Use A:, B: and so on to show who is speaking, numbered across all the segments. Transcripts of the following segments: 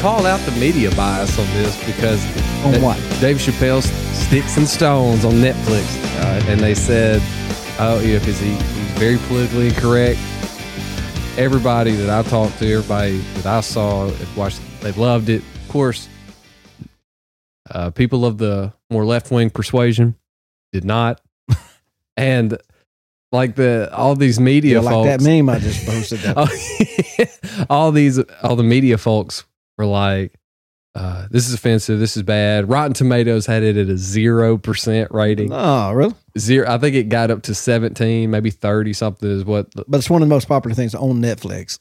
A: call out the media bias on this because
B: On
A: Da-
B: what?
A: Dave Chappelle's Sticks and Stones on Netflix, uh, and they said, "Oh, yeah, because he, he's very politically incorrect." Everybody that I talked to, everybody that I saw, that watched, they loved it. Of course, uh, people of the more left wing persuasion did not, and like the all these media
B: Yeah, like
A: folks,
B: that meme I just posted. That.
A: all these all the media folks were like uh, this is offensive this is bad rotten tomatoes had it at a 0% rating
B: oh, really?
A: zero i think it got up to 17 maybe 30 something is what the,
B: But it's one of the most popular things on Netflix.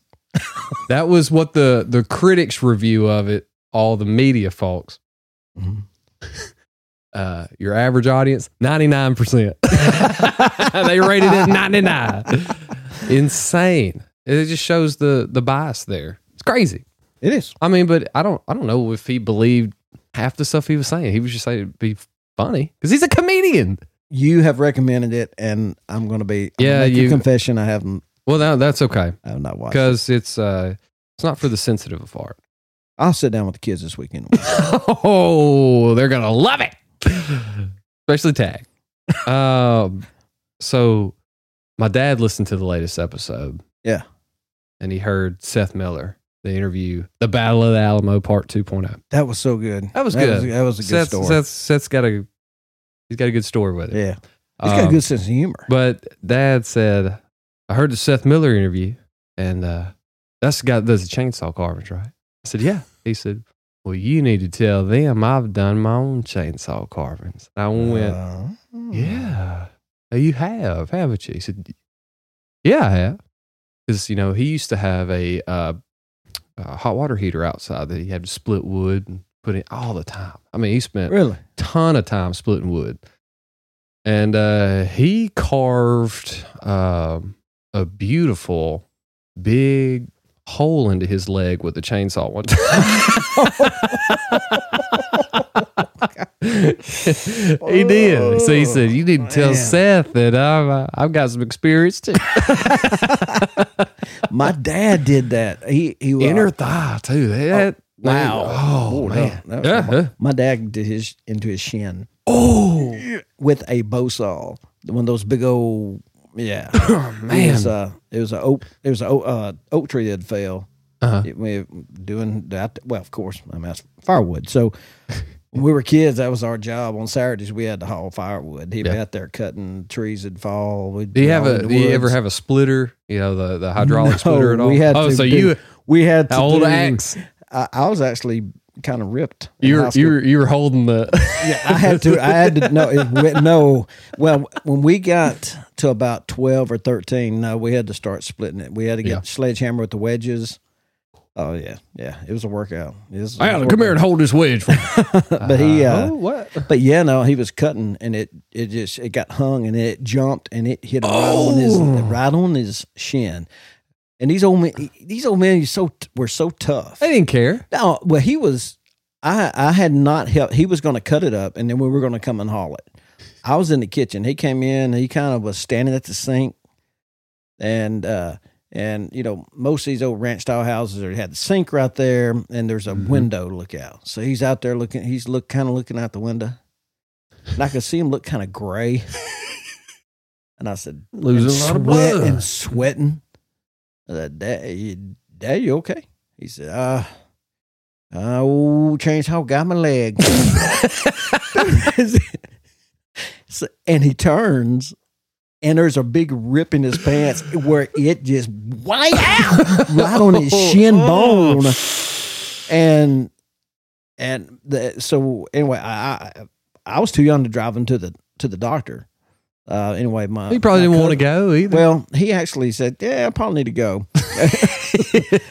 A: that was what the the critics review of it all the media folks
B: Mhm.
A: uh, your average audience 99% they rated it 99 insane it just shows the the bias there it's crazy
B: It is.
A: I mean, but I don't I don't know if he believed half the stuff he was saying. He was just saying it'd be funny because he's a comedian.
B: You have recommended it, and I'm going to be. I'm
A: Yeah,
B: gonna make a
A: you-
B: confession. I haven't.
A: Well, that, that's okay
B: I have not watched. it.
A: because it's uh it's not for the sensitive of heart.
B: I'll sit down with the kids this weekend.
A: Oh, they're gonna love it, especially Tag. um, so my dad listened to the latest episode.
B: Yeah.
A: and he heard Seth Miller the interview, the Battle of the Alamo Part 2.0.
B: That was so good.
A: That was good.
B: that was a good
A: Seth's,
B: story.
A: Seth's, Seth's got a he's got a good story with it.
B: yeah, he's got a
A: Um,
B: good sense of humor.
A: But Dad said, I heard the Seth Miller interview, and uh, that's the guy that does the chainsaw carvings, right? I said, Yeah. He said, Well, you need to tell them I've done my own chainsaw carvings. And I went,
B: Uh,
A: Yeah, you have, haven't you? He said, Yeah, I have. Because, you know, he used to have a, uh, a hot water heater outside that he had to split wood and put in all the time. I mean, he spent
B: really?
A: ton of time splitting wood. And uh, he carved um, a beautiful big hole into his leg with a chainsaw one time. he did. So he said, "You need to tell
B: Oh, Man.
A: Seth that I've uh, I've got some experience too.
B: My dad did that. He he was
A: Inner thigh too. That
B: wow.
A: Oh
B: Boy,
A: man.
B: that- that was-
A: Yeah.
B: My dad did his into his shin
A: Oh
B: with a bow saw. One of those big old yeah. It
A: Oh, man.
B: was uh, it was a oak. It was a oak, uh, oak tree that fell.
A: Uh-huh.
B: It- we were doing that. Well, of course, I mean, that's firewood. So when we were kids, that was our job. On Saturdays, we had to haul firewood. He'd be
A: Yeah.
B: out there cutting trees that fall. We'd
A: Do you
B: be
A: have
B: out
A: a? Do
B: in the
A: you ever
B: woods.
A: have a splitter? You know the the hydraulic
B: No,
A: splitter at all?
B: We had
A: oh,
B: to
A: so
B: do-
A: you
B: we had
A: an
B: to
A: old
B: do-
A: axe.
B: I, I was actually kind of ripped. in
A: You
B: high
A: were
B: school.
A: you were, you were holding the.
B: Yeah, I had to. I had to. No, it, went- no. Well, when we got to about twelve or thirteen, no, we had to start splitting it. We had to get
A: Yeah.
B: sledgehammer with the wedges. Oh yeah, yeah. It was a workout. It was- it was
A: Alan,
B: a
A: come here and hold this wedge. For me.
B: workout. But he, uh,
A: oh, what?
B: but yeah, no, he was cutting, and it it just it got hung, and it jumped, and it hit right on
A: Oh.
B: his right on his shin. And these old men, these old men, so were so tough.
A: I didn't care.
B: No, well, he was. I I had not helped. He was going to cut it up, and then we were going to come and haul it. I was in the kitchen. He came in. He kind of was standing at the sink, and uh, and you know most of these old ranch style houses are had the sink right there, and there's a window to look out. So he's out there looking. He's look kind of looking out the window, and I could see him look kind of gray. and I said,
A: Losing a lot of
B: sweat-
A: blood.
B: and sweating. I said, Dad, you, Dad, you okay? He said, uh, oh, changed how I got my leg. So- and he turns, and there's a big rip in his pants where it just white out right on his shin
A: Oh,
B: bone. And, and the, so anyway, I, I, I was too young to drive him to the, to the doctor. Uh, anyway, my
A: he probably
B: my
A: didn't want
B: cousin-
A: to go either.
B: well, he actually said, "Yeah, I probably need to go."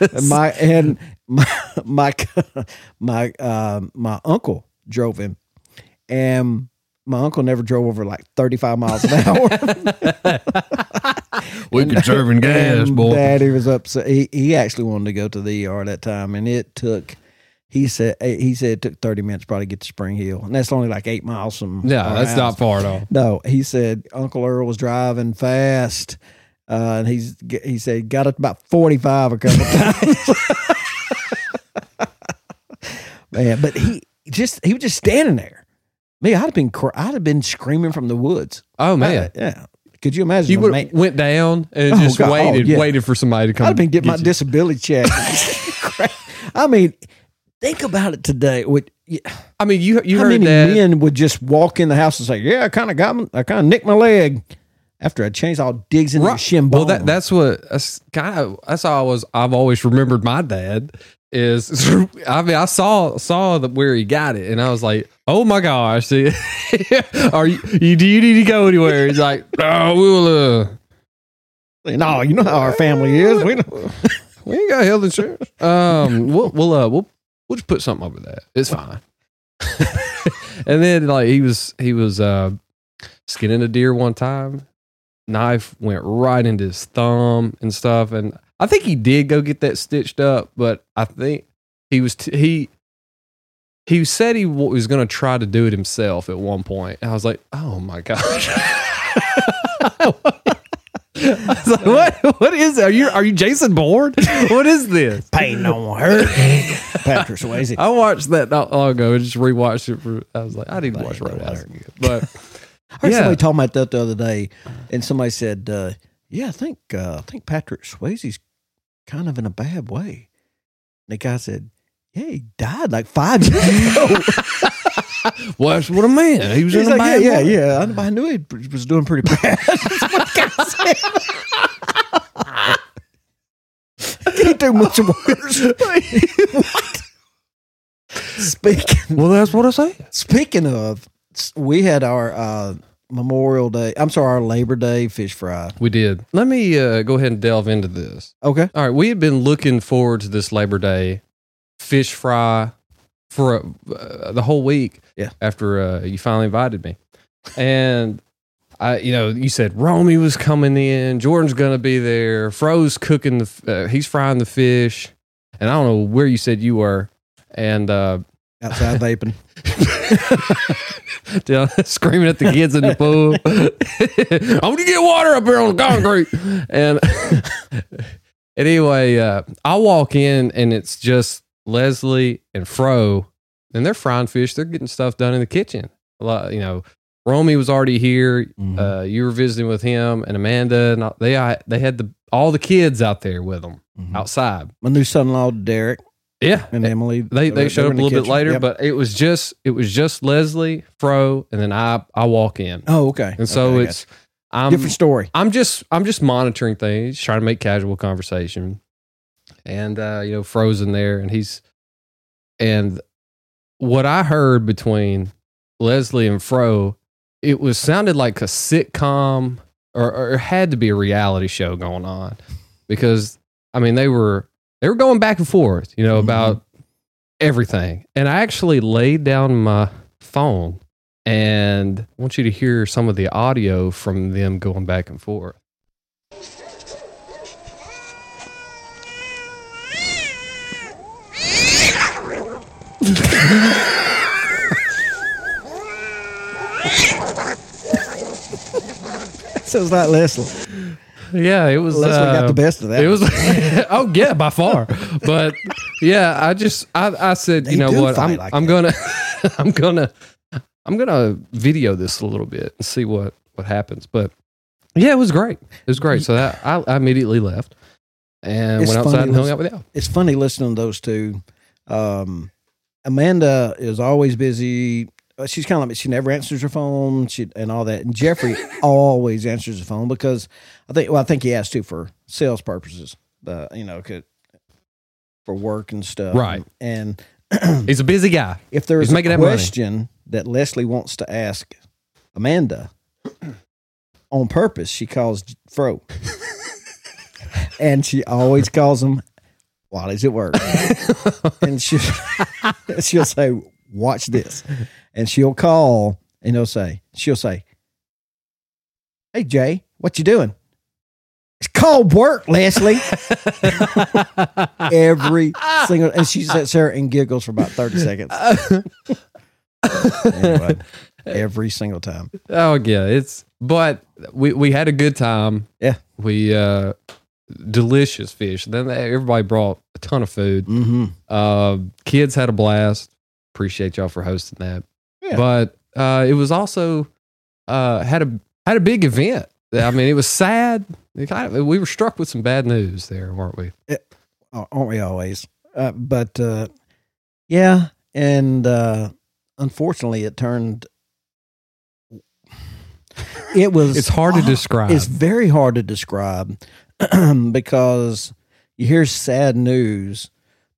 B: And my and my my co- my uh, my uncle drove him, and my uncle never drove over like thirty five miles an hour.
A: we conserving gas,
B: And
A: boy.
B: Daddy was upset. He he actually wanted to go to the ER that time, and it took. He said eh, he said it took thirty minutes probably to get to Spring Hill, and that's only like eight miles from.
A: no,
B: our
A: that's
B: house.
A: not far at all.
B: No, he said Uncle Earl was driving fast, uh, and he's he said got up about forty five a couple times. Yeah, but he just he was just standing there. Me, I'd have been cr- I'd have been screaming from the woods.
A: Oh man,
B: I- yeah. Could you imagine?
A: you
B: a
A: would
B: man-
A: went down and
B: Oh,
A: just
B: God. Oh,
A: waited,
B: yeah.
A: waited for somebody to come.
B: I'd have been getting my
A: get you.
B: disability check. Crap. I mean, think about it today. Would you-
A: I mean, you you
B: how
A: heard
B: many
A: that?
B: men would just walk in the house and say, "Yeah, I kind of got, my- I kind of nicked my leg after I changed all digs in your
A: Right.
B: shin
A: Well,
B: bone."
A: that that's what that's kind of that's how I was. I've always remembered my dad is. I mean, I saw saw the, where he got it, and I was like, "Oh my gosh, are you, you? Do you need to go anywhere?" He's like, "No, we'll uh,
B: no, you know how our family is. We don't,
A: we ain't got health insurance. Um, we'll we'll uh, we'll we'll just put something over that. It's fine." and then like he was he was uh, skinning a deer one time, knife went right into his thumb and stuff. And I think he did go get that stitched up, but I think he was t- he he said he w- was going to try to do it himself at one point. And I was like, oh my gosh. I was like, what? What is? Are you are you Jason Bourne? What is this?
B: pain don't hurt. Patrick Swayze.
A: I watched that not long ago and just rewatched it. For, I was like, I need to watch Roadhouse again. But
B: I heard
A: Yeah.
B: somebody talking about that the other day, and somebody said, uh, "Yeah, I think uh, I think Patrick Swayze's kind of in a bad way." And the guy said, "Yeah, he died like five years ago."
A: well, that's what a man. He was
B: He's
A: in a
B: like,
A: bad
B: yeah,
A: way."
B: yeah, yeah. I, I knew he p- was doing pretty bad. That's what the guy said. Can't do much worse. what? Speaking
A: Well, that's what I say.
B: Speaking of, s- we had our uh, Memorial Day. I'm sorry, our Labor Day fish fry.
A: We did. Let me uh, go ahead and delve into this.
B: Okay.
A: All right, we had been looking forward to this Labor Day fish fry for uh, the whole week.
B: Yeah.
A: After uh, you finally invited me, and I, you know, you said Romy was coming in, Jordan's gonna be there, Fro's cooking the, f- uh, he's frying the fish, and I don't know where you said you were, and uh,
B: Outside vaping.
A: down screaming at the kids in the pool. I'm gonna get water up here on the concrete. And, and anyway, uh, I walk in and it's just Leslie and Fro, and they're frying fish. They're getting stuff done in the kitchen. A lot, you know. Romy was already here.
B: Mm-hmm.
A: Uh, you were visiting with him and Amanda, and all- they I, they had the all the kids out there with them
B: Mhm.
A: outside.
B: My new son-in-law Derek
A: Yeah,
B: and Emily.
A: they they
B: were-
A: showed
B: were
A: up a
B: in the
A: little bit
B: kitchen.
A: later,
B: Yep.
A: but it was just it was just Leslie, Fro, and then I I walk in,
B: oh, okay.
A: and so
B: Okay, I
A: it's um, I'm
B: got you. different story.
A: I'm just I'm just monitoring things, trying to make casual conversation, and uh, you know Fro's in there, and he's and what I heard between Leslie and Fro, it was sounded like a sitcom or, or it had to be a reality show going on because I mean they were they were going back and forth, you know, about everything. And I actually laid down my phone and I want you to hear some of the audio from them going back and forth.
B: Sounds like Leslie.
A: Yeah, it was
B: Leslie got
A: uh,
B: the best of that.
A: It was oh yeah, by far. But yeah, I just I, I said,
B: They
A: you know
B: do
A: what,
B: fight
A: I'm
B: like
A: I'm
B: that.
A: gonna I'm gonna I'm gonna video this a little bit and see what what happens. But yeah, it was great. It was great. So that I, I immediately left and
B: It's
A: went outside
B: funny,
A: and hung
B: listen-
A: out with y'all.
B: it's funny listening to those two. Um, Amanda is always busy. Uh, She's kind of like she never answers her phone, she and all that. And Jeffrey always answers the phone because I think well, I think he has to for sales purposes, uh, you know, 'cause- for work and stuff,
A: Right.
B: And
A: He's a busy guy.
B: if there
A: He's
B: is a
A: making that money.
B: question that Leslie wants to ask Amanda on purpose, she calls Fro, and she always calls him while he's at work, and she she'll say, "Watch this," and she'll call and he'll say, she'll say, "Hey Jay, what you doing?" It's called work, Leslie. Every single, and she sits there and giggles for about thirty seconds anyway, every single time.
A: Oh yeah, it's but we we had a good time.
B: Yeah.
A: we uh delicious fish. Then they- everybody brought a ton of food.
B: Mm-hmm.
A: Uh, kids had a blast. appreciate y'all for hosting that.
B: Yeah.
A: But uh, it was also uh, had a had a big event. I mean, it was sad. It kind of, we were struck with some bad news there, weren't we?
B: a- aren't we always? Uh, but uh, yeah, and uh, unfortunately, it turned. It was.
A: It's hard to
B: describe.
A: describe.
B: It's very hard to describe because you hear sad news,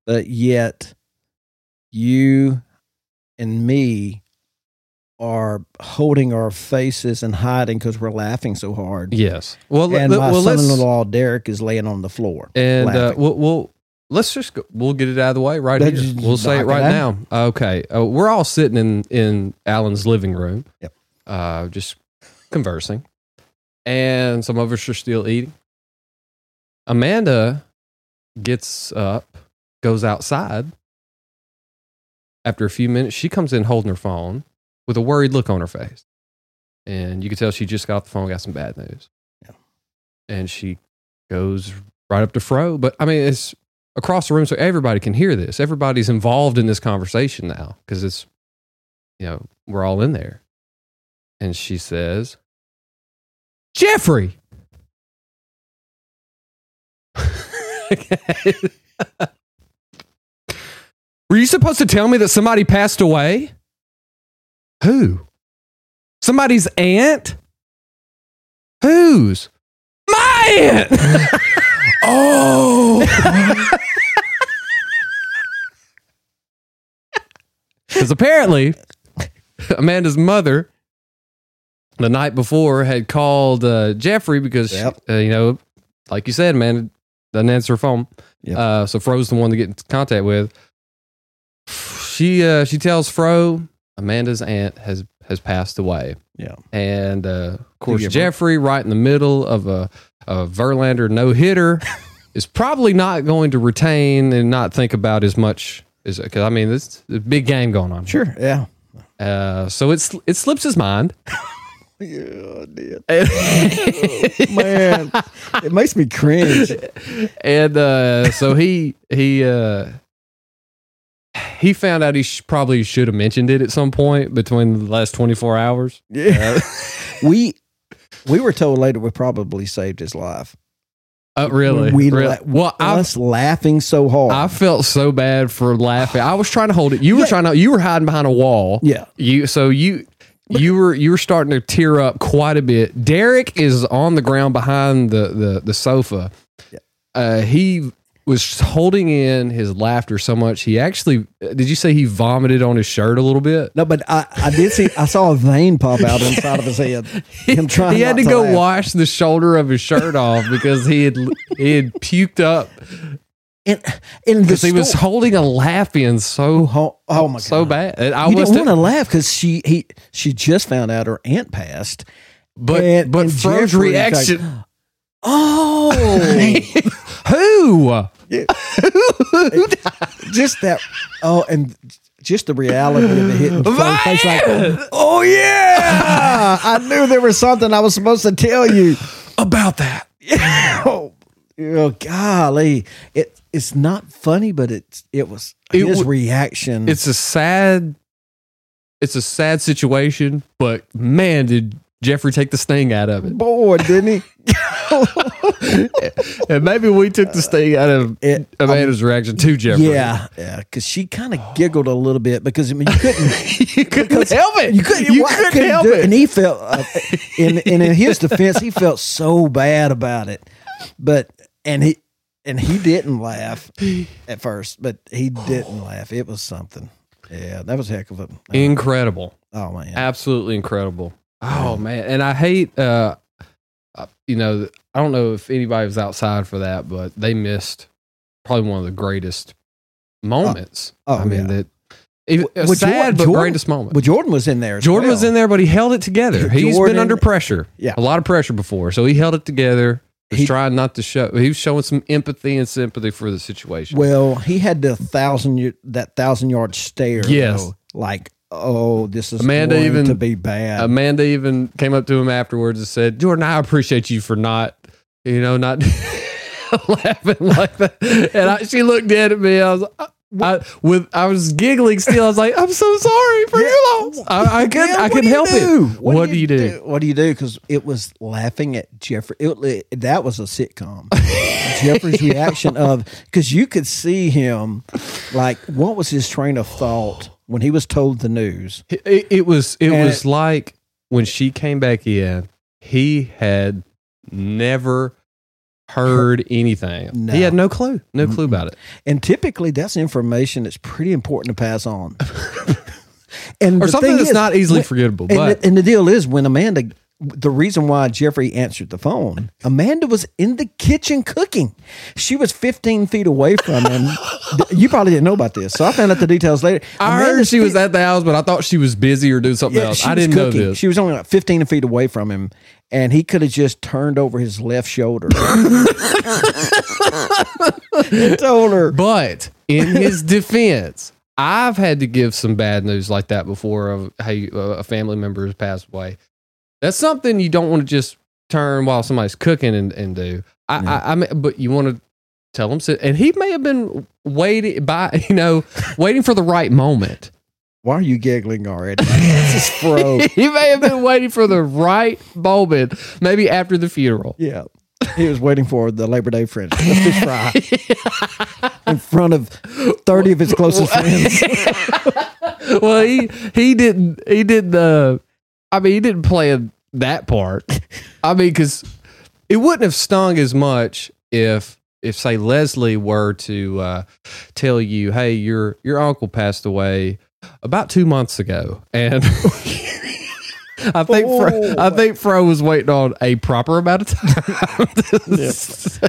B: but yet you and me are holding our faces and hiding because we're laughing so hard.
A: yes. Well, let-
B: and
A: let-
B: my
A: well, let's-
B: son-in-law Derek is laying on the floor.
A: and uh,
B: laughing.
A: we'll, we'll let's just go, we'll get it out of the way right
B: Let's
A: here.
B: just
A: We'll say it
B: knock it
A: right
B: out.
A: now. Okay, uh, we're all sitting in in Alan's living room.
B: Yep.
A: Uh, just conversing, and some of us are still eating. Amanda gets up, goes outside. After a few minutes, she comes in holding her phone with a worried look on her face, and you can tell she just got off the phone, got some bad news.
B: Yeah.
A: And she goes right up to Fro. But I mean, it's across the room, so everybody can hear this. Everybody's involved in this conversation now because it's, you know, we're all in there. And she says, Jeffrey. Were you supposed to tell me that somebody passed away? Who? Somebody's aunt? Whose? My aunt!
B: Oh,
A: Because apparently, Amanda's mother the night before had called uh, Jeffrey because,
B: Yep.
A: uh, you know, like you said, Amanda doesn't answer her phone.
B: Yep.
A: Uh, so Fro's the one to get in contact with. She uh, she tells Fro Amanda's aunt has has passed away.
B: Yeah.
A: and uh, of course
B: give her-
A: Jeffrey, right in the middle of a, a Verlander no hitter, is probably not going to retain and not think about as much as because I mean this a big game going on. here.
B: sure, yeah.
A: Uh, so it's it slips his mind.
B: Yeah, I did.
A: and
B: man, it makes me cringe.
A: uh, so he he uh, he found out he sh- probably should have mentioned it at some point between the last 24 hours.
B: Yeah. we we were told later we probably saved his life.
A: Uh, really?
B: We
A: really?
B: la-
A: well, I
B: Us laughing so hard.
A: I felt so bad for laughing. I was trying to hold it. You were
B: Yeah.
A: trying to you were hiding behind a wall.
B: yeah.
A: You so you you were you were starting to tear up quite a bit. Derek is on the ground behind the the, the sofa. Uh, he was holding in his laughter so much he actually uh, did you say he vomited on his shirt a little bit?
B: No, but I, I did see I saw a vein pop out inside of his head. Him trying
A: he had
B: not
A: to
B: to
A: go
B: laugh.
A: wash the shoulder of his shirt off because he had he had puked up
B: And and the
A: because he was
B: sto-
A: holding a laugh in so
B: oh, oh my god.
A: so bad. And I
B: you
A: was
B: didn't want to laugh because she he she just found out her aunt passed.
A: but
B: and-
A: but
B: and
A: Fro's
B: Jeffrey's like,
A: reaction
B: Oh,
A: who?
B: Yeah. just that. Oh, and just the reality of it hitting Flo's face like, oh yeah, I knew there was something I was supposed to tell you.
A: About that.
B: Oh, oh, golly, it it's not funny, but it's it was
A: It
B: his
A: wa-
B: reaction.
A: It's a sad it's a sad situation, but man did Jeffrey take the sting out of it.
B: bored, didn't he?
A: and maybe we took the sting out of
B: It- oh,
A: Amanda's reaction to Jeffrey.
B: yeah, yeah, because she kind of giggled a little bit because I mean you couldn't.
A: you couldn't help it.
B: You couldn't,
A: You
B: why-
A: couldn't
B: couldn't
A: help
B: do
A: it.
B: And he felt, uh, and, and in his defense, he felt so bad about it. But and he and he didn't laugh at first, but he didn't laugh. It was something. Yeah, that was a heck of a.
A: Incredible.
B: Oh man,
A: absolutely incredible. Oh man, and I hate uh, uh, you know, I don't know if anybody was outside for that, but they missed probably one of the greatest moments.
B: Oh,
A: I mean
B: yeah.
A: that it, a
B: Well,
A: sad
B: Jordan-
A: but
B: Jordan-
A: greatest moment.
B: well Jordan was in there. as
A: Jordan was
B: well.
A: in there, but he held it together. He's been
B: Jordan-
A: under pressure,
B: Yeah.
A: a lot of pressure before, so he held it together. Was
B: He-
A: trying not to show. He was showing some empathy and sympathy for the situation.
B: Well, he had the thousand y- that thousand yard stare.
A: Yes.
B: though. like oh, this is
A: Amanda
B: going
A: even-
B: to be bad.
A: Amanda even came up to him afterwards and said, "Jordan, I appreciate you for not, you know, not laughing like that." And I, she looked dead at me. I was, like, I, with I was giggling still. I was like, I'm so sorry for your loss. I, I could
B: Man,
A: I
B: what
A: could
B: do you
A: help
B: do?
A: it. What, do you do?
B: What do you do? Because it was laughing at Jeffrey. It, it- that was a sitcom. Jeffrey's reaction of because you could see him, like what was his train of thought when he was told the news?
A: It- It, it was it
B: And
A: was like when she came back in, he had never heard anything.
B: No.
A: He had no clue. No clue about it.
B: And typically, that's information that's pretty important to pass on. and
A: Or
B: the
A: something
B: thing
A: that's
B: is,
A: not easily
B: when-
A: forgettable.
B: And,
A: But
B: the, and the deal is when Amanda, the reason why Jeffrey answered the phone, Amanda was in the kitchen cooking. She was 15 feet away from him. you probably didn't know about this. So I found out the details later.
A: I heard
B: Amanda's
A: she was
B: fi-
A: at the house, but I thought she was busy or doing something
B: yeah,
A: else.
B: she
A: I
B: was
A: didn't
B: cooking.
A: know this.
B: She was only like 15 feet away from him, and he could have just turned over his left shoulder. and told her.
A: But in his defense, I've had to give some bad news like that before of how you, uh, a family member has passed away. That's something you don't want to just turn while somebody's cooking and, and do. I,
B: No.
A: I, I mean, but you want to tell him, sit, and he may have been waiting by, you know, waiting for the right moment.
B: Why are you giggling already? this is fro.
A: he may have been waiting for the right moment, maybe after the funeral.
B: Yeah. He was waiting for the Labor Day French the fish fry in front of 30 of his closest friends.
A: well, he he didn't he didn't. Uh, I mean, he didn't play in that part. I mean, because it wouldn't have stung as much if if say Leslie were to uh, tell you, "Hey, your your uncle passed away about two months ago," and. I think Fro, I think Fro was waiting on a proper amount of time.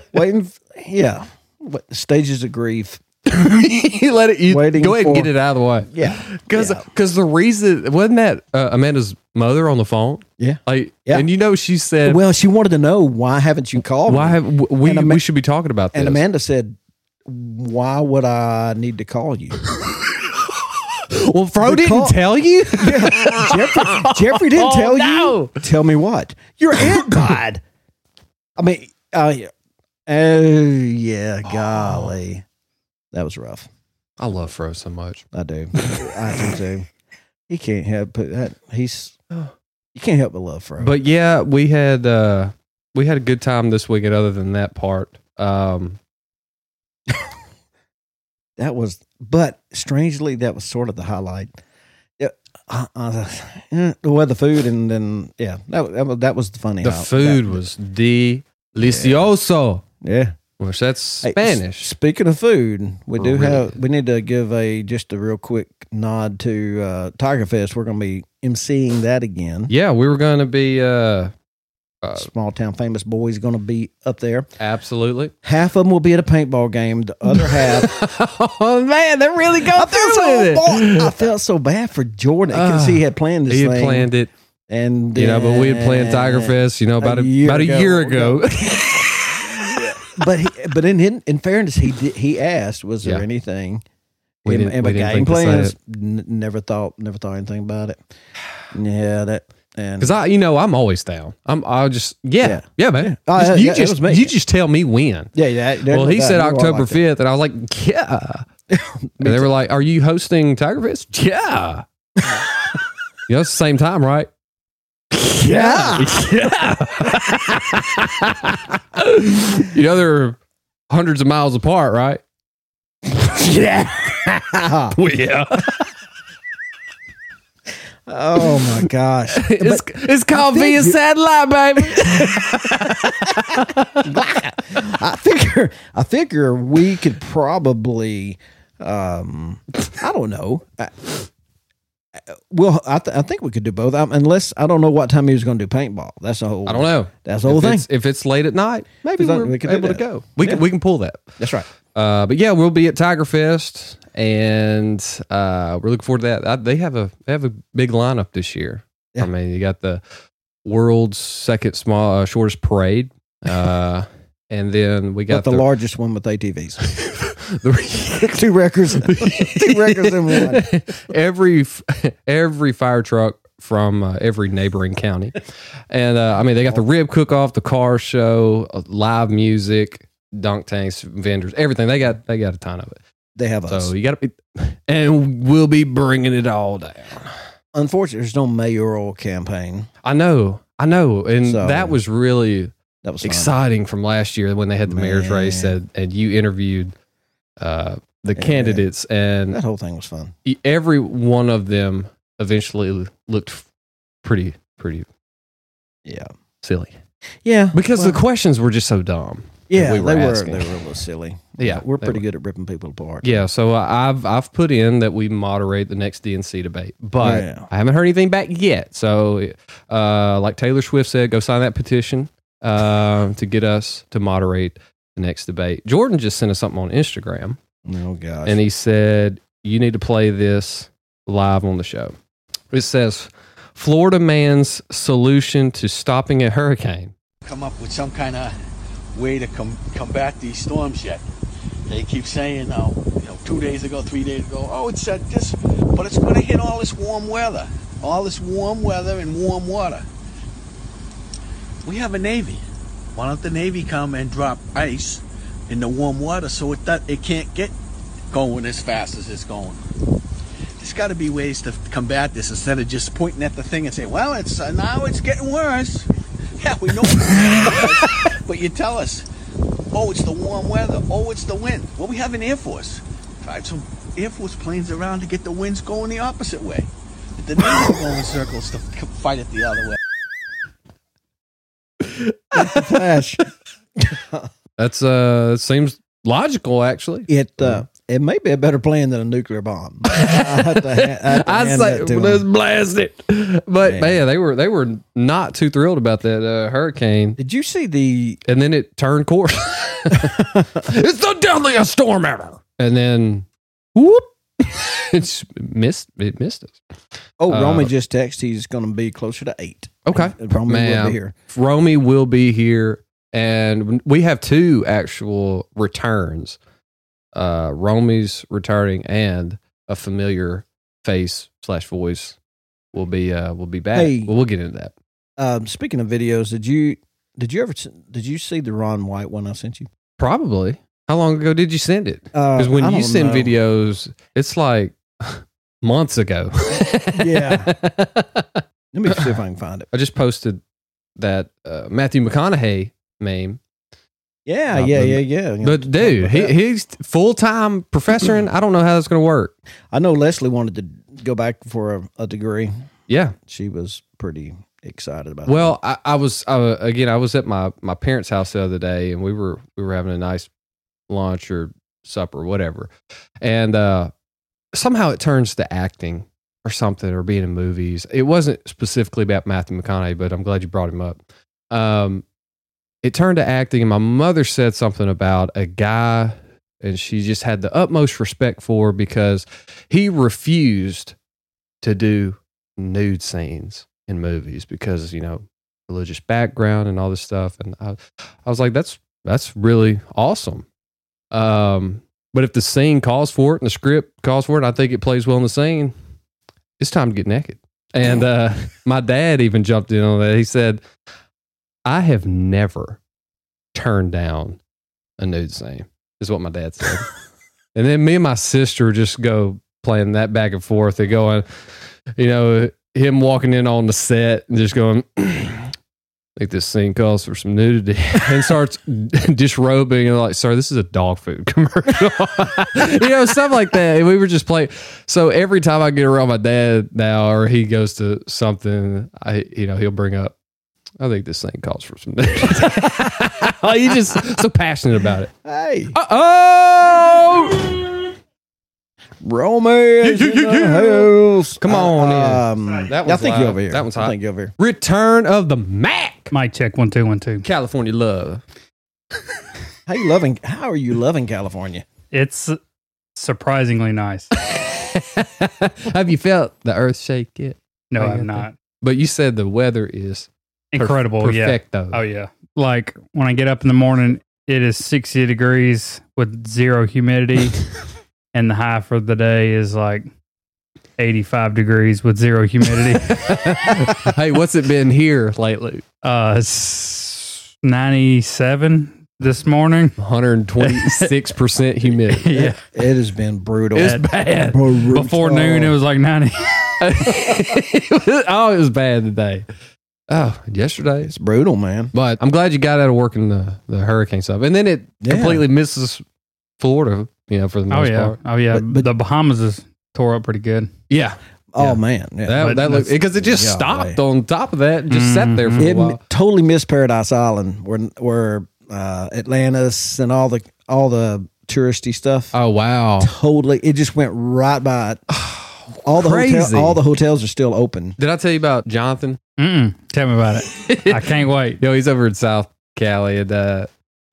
B: Waiting, f- yeah. What, stages of grief.
A: he let it. You
B: Waiting
A: go ahead and
B: for-
A: get it out of the way.
B: Yeah.
A: Because the reason wasn't that uh, Amanda's mother on the phone,
B: Yeah.
A: like,
B: Yeah.
A: and you know she said,
B: Well, she wanted to know why haven't you called
A: "Why
B: me?
A: have w- we
B: And Ama-
A: we should be talking about this?"
B: And Amanda said, why would I need to call you?
A: well, Fro didn't
B: call-
A: tell you.
B: Jeffrey, Jeffrey didn't
A: Oh,
B: tell
A: no.
B: you. Tell me what? Your aunt died. I mean, uh, yeah. oh, yeah, golly. That was rough.
A: I love Fro so much.
B: I do. I do too. He can't help but that. He's you can't help but love Fro.
A: Oh. But yeah, we had uh, we had a good time this weekend. Other than that part, um,
B: that was, but strangely, that was sort of the highlight. Yeah, uh, uh, eh, well, the food and then yeah, that was- that was, that was the funny.
A: the
B: highlight.
A: food
B: That-
A: was delicioso,
B: yeah.
A: which that's
B: Hey, s-
A: Spanish. Oh,
B: speaking of food, we do
A: Really?
B: have we need to give a just a real quick nod to uh, Tiger Fest. We're going to be emceeing that again.
A: yeah, we were gonna be uh, uh,
B: Small town famous boys going to be up there.
A: absolutely.
B: Half of them will be at a paintball game. The other half
A: oh man, they're really going
B: I
A: through with
B: felt, so
A: it.
B: bad. I felt so bad for Jordan because he had planned this
A: He had
B: thing.
A: planned it,
B: and
A: you know, but we had planned
B: uh,
A: Tiger Fest, you know, about a,
B: a year
A: about a
B: ago.
A: year ago.
B: But he, but in, in in fairness, he did, he asked, was there
A: Yeah.
B: anything?
A: We
B: and,
A: didn't-
B: and
A: we
B: but
A: didn't
B: game
A: think to say
B: plans,
A: it.
B: n- never thought never thought anything about it. Yeah, that and
A: Because I, you know, I'm always down. I'm, I'll just, yeah, yeah,
B: Yeah.
A: man.
B: Oh,
A: Just-
B: yeah,
A: you
B: yeah, it
A: just,
B: was me.
A: you just tell me when.
B: yeah, yeah. that-
A: Well, he
B: that-
A: said
B: you are
A: October
B: like that.
A: fifth, and I was like, yeah. and they were like, "Are you hosting Tiger Fest?" Yeah. you know, it's the same time, right?
B: Yeah.
A: yeah. you know, they're hundreds of miles apart, right?
B: Yeah.
A: Well, yeah.
B: oh my gosh.
A: it's, it's called
B: think
A: via
B: you-
A: satellite, baby.
B: I figure I figure we could probably um I don't know. I, I- well, I, th- I think we could do both. Um, unless I don't know what time he was going to do paintball. That's the whole.
A: I don't know.
B: That's the whole
A: if
B: thing.
A: It's, if it's late at night, maybe
B: It's like,
A: we're
B: we can do
A: able to
B: that.
A: go. We can
B: Yeah.
A: we can pull that.
B: That's right.
A: Uh, but yeah, we'll be at Tiger Fest, and uh, we're looking forward to that. I, they have a they have a big lineup this year.
B: Yeah.
A: I mean, you got the world's second small uh, shortest parade, uh, and then we got
B: But the, largest one with ATVs.
A: the-
B: Two records. Two records in one.
A: every f- every fire truck from uh, every neighboring county, and uh, I mean they got the rib cook off, the car show, uh, live music, dunk tanks, vendors, everything. They got they got a ton of it.
B: They have us.
A: So you got to be, and we'll be bringing it all down.
B: Unfortunately, there's no mayoral campaign.
A: I know, I know, and
B: So-
A: that was really
B: That was fun.
A: exciting from last year when they had the mayor's race
B: Man.
A: and, and you interviewed uh, the
B: Yeah.
A: candidates and
B: That whole thing was fun.
A: e- every one of them eventually looked f- pretty pretty
B: Yeah.
A: silly
B: Yeah.
A: because the
B: well,
A: questions were just so dumb.
B: yeah,
A: we were
B: they
A: asking.
B: were they were a little silly.
A: Yeah,
B: we're
A: they
B: pretty
A: were.
B: good at ripping people apart.
A: Yeah, so I- I've I've put in that we moderate the next DNC debate, but
B: Yeah.
A: I haven't heard anything back yet. So, uh, like Taylor Swift said, go sign that petition uh, to get us to moderate the next debate. Jordan just sent us something on Instagram,
B: Oh gosh.
A: and he said you need to play this live on the show. It says Florida man's solution to stopping a hurricane.
C: come up with some kind of way to com- combat these storms yet. They keep saying now, you know, two days ago, three days ago, oh, it's uh, this, but it's going to hit all this warm weather, all this warm weather and warm water. We have a navy. Why don't the navy come and drop ice in the warm water so it do- it can't get going as fast as it's going? There's got to be ways to combat this instead of just pointing at the thing and saying, well, it's uh, now it's getting worse. Yeah, we know. but you tell us, oh, it's the warm weather. Oh, it's the wind. Well, we have an Air Force. Drive some Air Force planes around to get the winds going the opposite way. Let The Navy go in circles to f- fight it the other way.
B: Flash.
A: That's uh, that seems logical actually.
B: It uh, it may be a better plan than a nuclear bomb. I have to, ha- I have to
A: I
B: hand
A: say
B: that to
A: let's
B: 'em.
A: blast it. But man.
B: Man.
A: they were they were not too thrilled about that uh, hurricane,
B: Did you see the?
A: and then it turned course. it's the deadliest storm ever, and then whoop, it's missed. It missed us.
B: Oh,
A: Uh,
B: Roman just texted. He's going to be closer to eight.
A: Okay,
B: Roman will
A: Man.
B: be here.
A: Romy will be here, and we have two actual returns. Uh, Romy's returning, and a familiar face slash voice will be uh will be back.
B: Hey.
A: Well, we'll get into that.
B: Um, speaking of videos, did you did you ever s- did you see the Ron White one I sent you? Uh,
A: Probably. How long ago did you send it? Because
B: Because
A: when you send videos, it's like months ago.
B: Yeah. let me see if I can find it.
A: I just posted that uh, Matthew McConaughey meme.
B: Yeah,
A: Uh,
B: yeah,
A: but-
B: yeah, yeah, yeah.
A: But dude, he, he's full time professoring. I don't know how that's going to work.
B: I know Leslie wanted to go back for a, a degree.
A: Yeah.
B: She was pretty excited about.
A: Well, I, I was uh, again. I was at my my parents' house the other day, and we were we were having a nice lunch or supper, whatever. And uh, somehow it turns to acting or something, or being in movies. It wasn't specifically about Matthew McConaughey, but I'm glad you brought him up. Um, it turned to acting, and my mother said something about a guy, and she just had the utmost respect for because he refused to do nude scenes in movies because you know religious background and all this stuff and I, I was like that's that's really awesome um but if the scene calls for it and the script calls for it i think it plays well in the scene it's time to get naked and uh my dad even jumped in on that he said i have never turned down a nude scene is what my dad said and then me and my sister just go playing that back and forth and going you know him walking in on the set and just going, I think this scene calls for some nudity and starts disrobing and like, sir, this is a dog food commercial. you know, stuff like that. And we were just playing. So every time I get around my dad now or he goes to something, I you know, he'll bring up, I think this thing calls for some nudity. like he's just so passionate about it.
B: Hey,
A: Uh oh
B: Roman, is in the house.
A: Come on in.
B: Um,
A: That
B: I
A: one's
B: think
A: live.
B: you're over here.
A: That one's
B: I
A: hot.
B: think you're over here.
A: Return of the Mac.
D: Mic check one two one two.
A: California love.
B: How you loving? How are you loving California?
D: It's surprisingly nice.
A: Have you felt the earth shake yet?
D: No,
A: I
D: I'm
A: get
D: not.
A: But you said the weather is perf-
D: Incredible. yeah.
A: perfecto.
D: Oh yeah. Like when I get up in the morning, it is sixty degrees with zero humidity, and the high for the day is like eighty five degrees with zero humidity.
A: hey, what's it been here lately?
D: uh, ninety seven this morning.
A: 126% humidity.
D: Yeah,
B: It has been brutal.
A: It's bad.
B: Brutal.
D: before noon it was like ninety.
A: oh, it was bad today. Oh, yesterday.
B: It's brutal, man.
A: But I'm glad you got out of working the, the hurricane stuff. And then it
B: Yeah.
A: completely misses Florida, you know, for the
D: Oh
A: most
D: yeah,
A: part.
D: oh yeah.
B: But- but-
D: the Bahamas is tore up pretty good.
A: Yeah.
B: Oh
A: Yeah.
B: man, yeah.
A: That,
D: But
A: that looked
D: that's-
A: because it just
B: Yeah,
A: stopped
B: right. Mm-hmm.
A: on top of that and just sat there for a
B: it m-
A: while.
B: totally missed Paradise Island, where where uh, Atlantis and all the all the touristy stuff.
A: Oh wow!
B: totally, it just went right by it. all the
A: crazy.
B: hotel, all the hotels are still open.
A: Did I tell you about Jonathan?
D: Mm-mm. Tell me about it. I can't wait.
A: Yo, he's over in South Cali, and uh,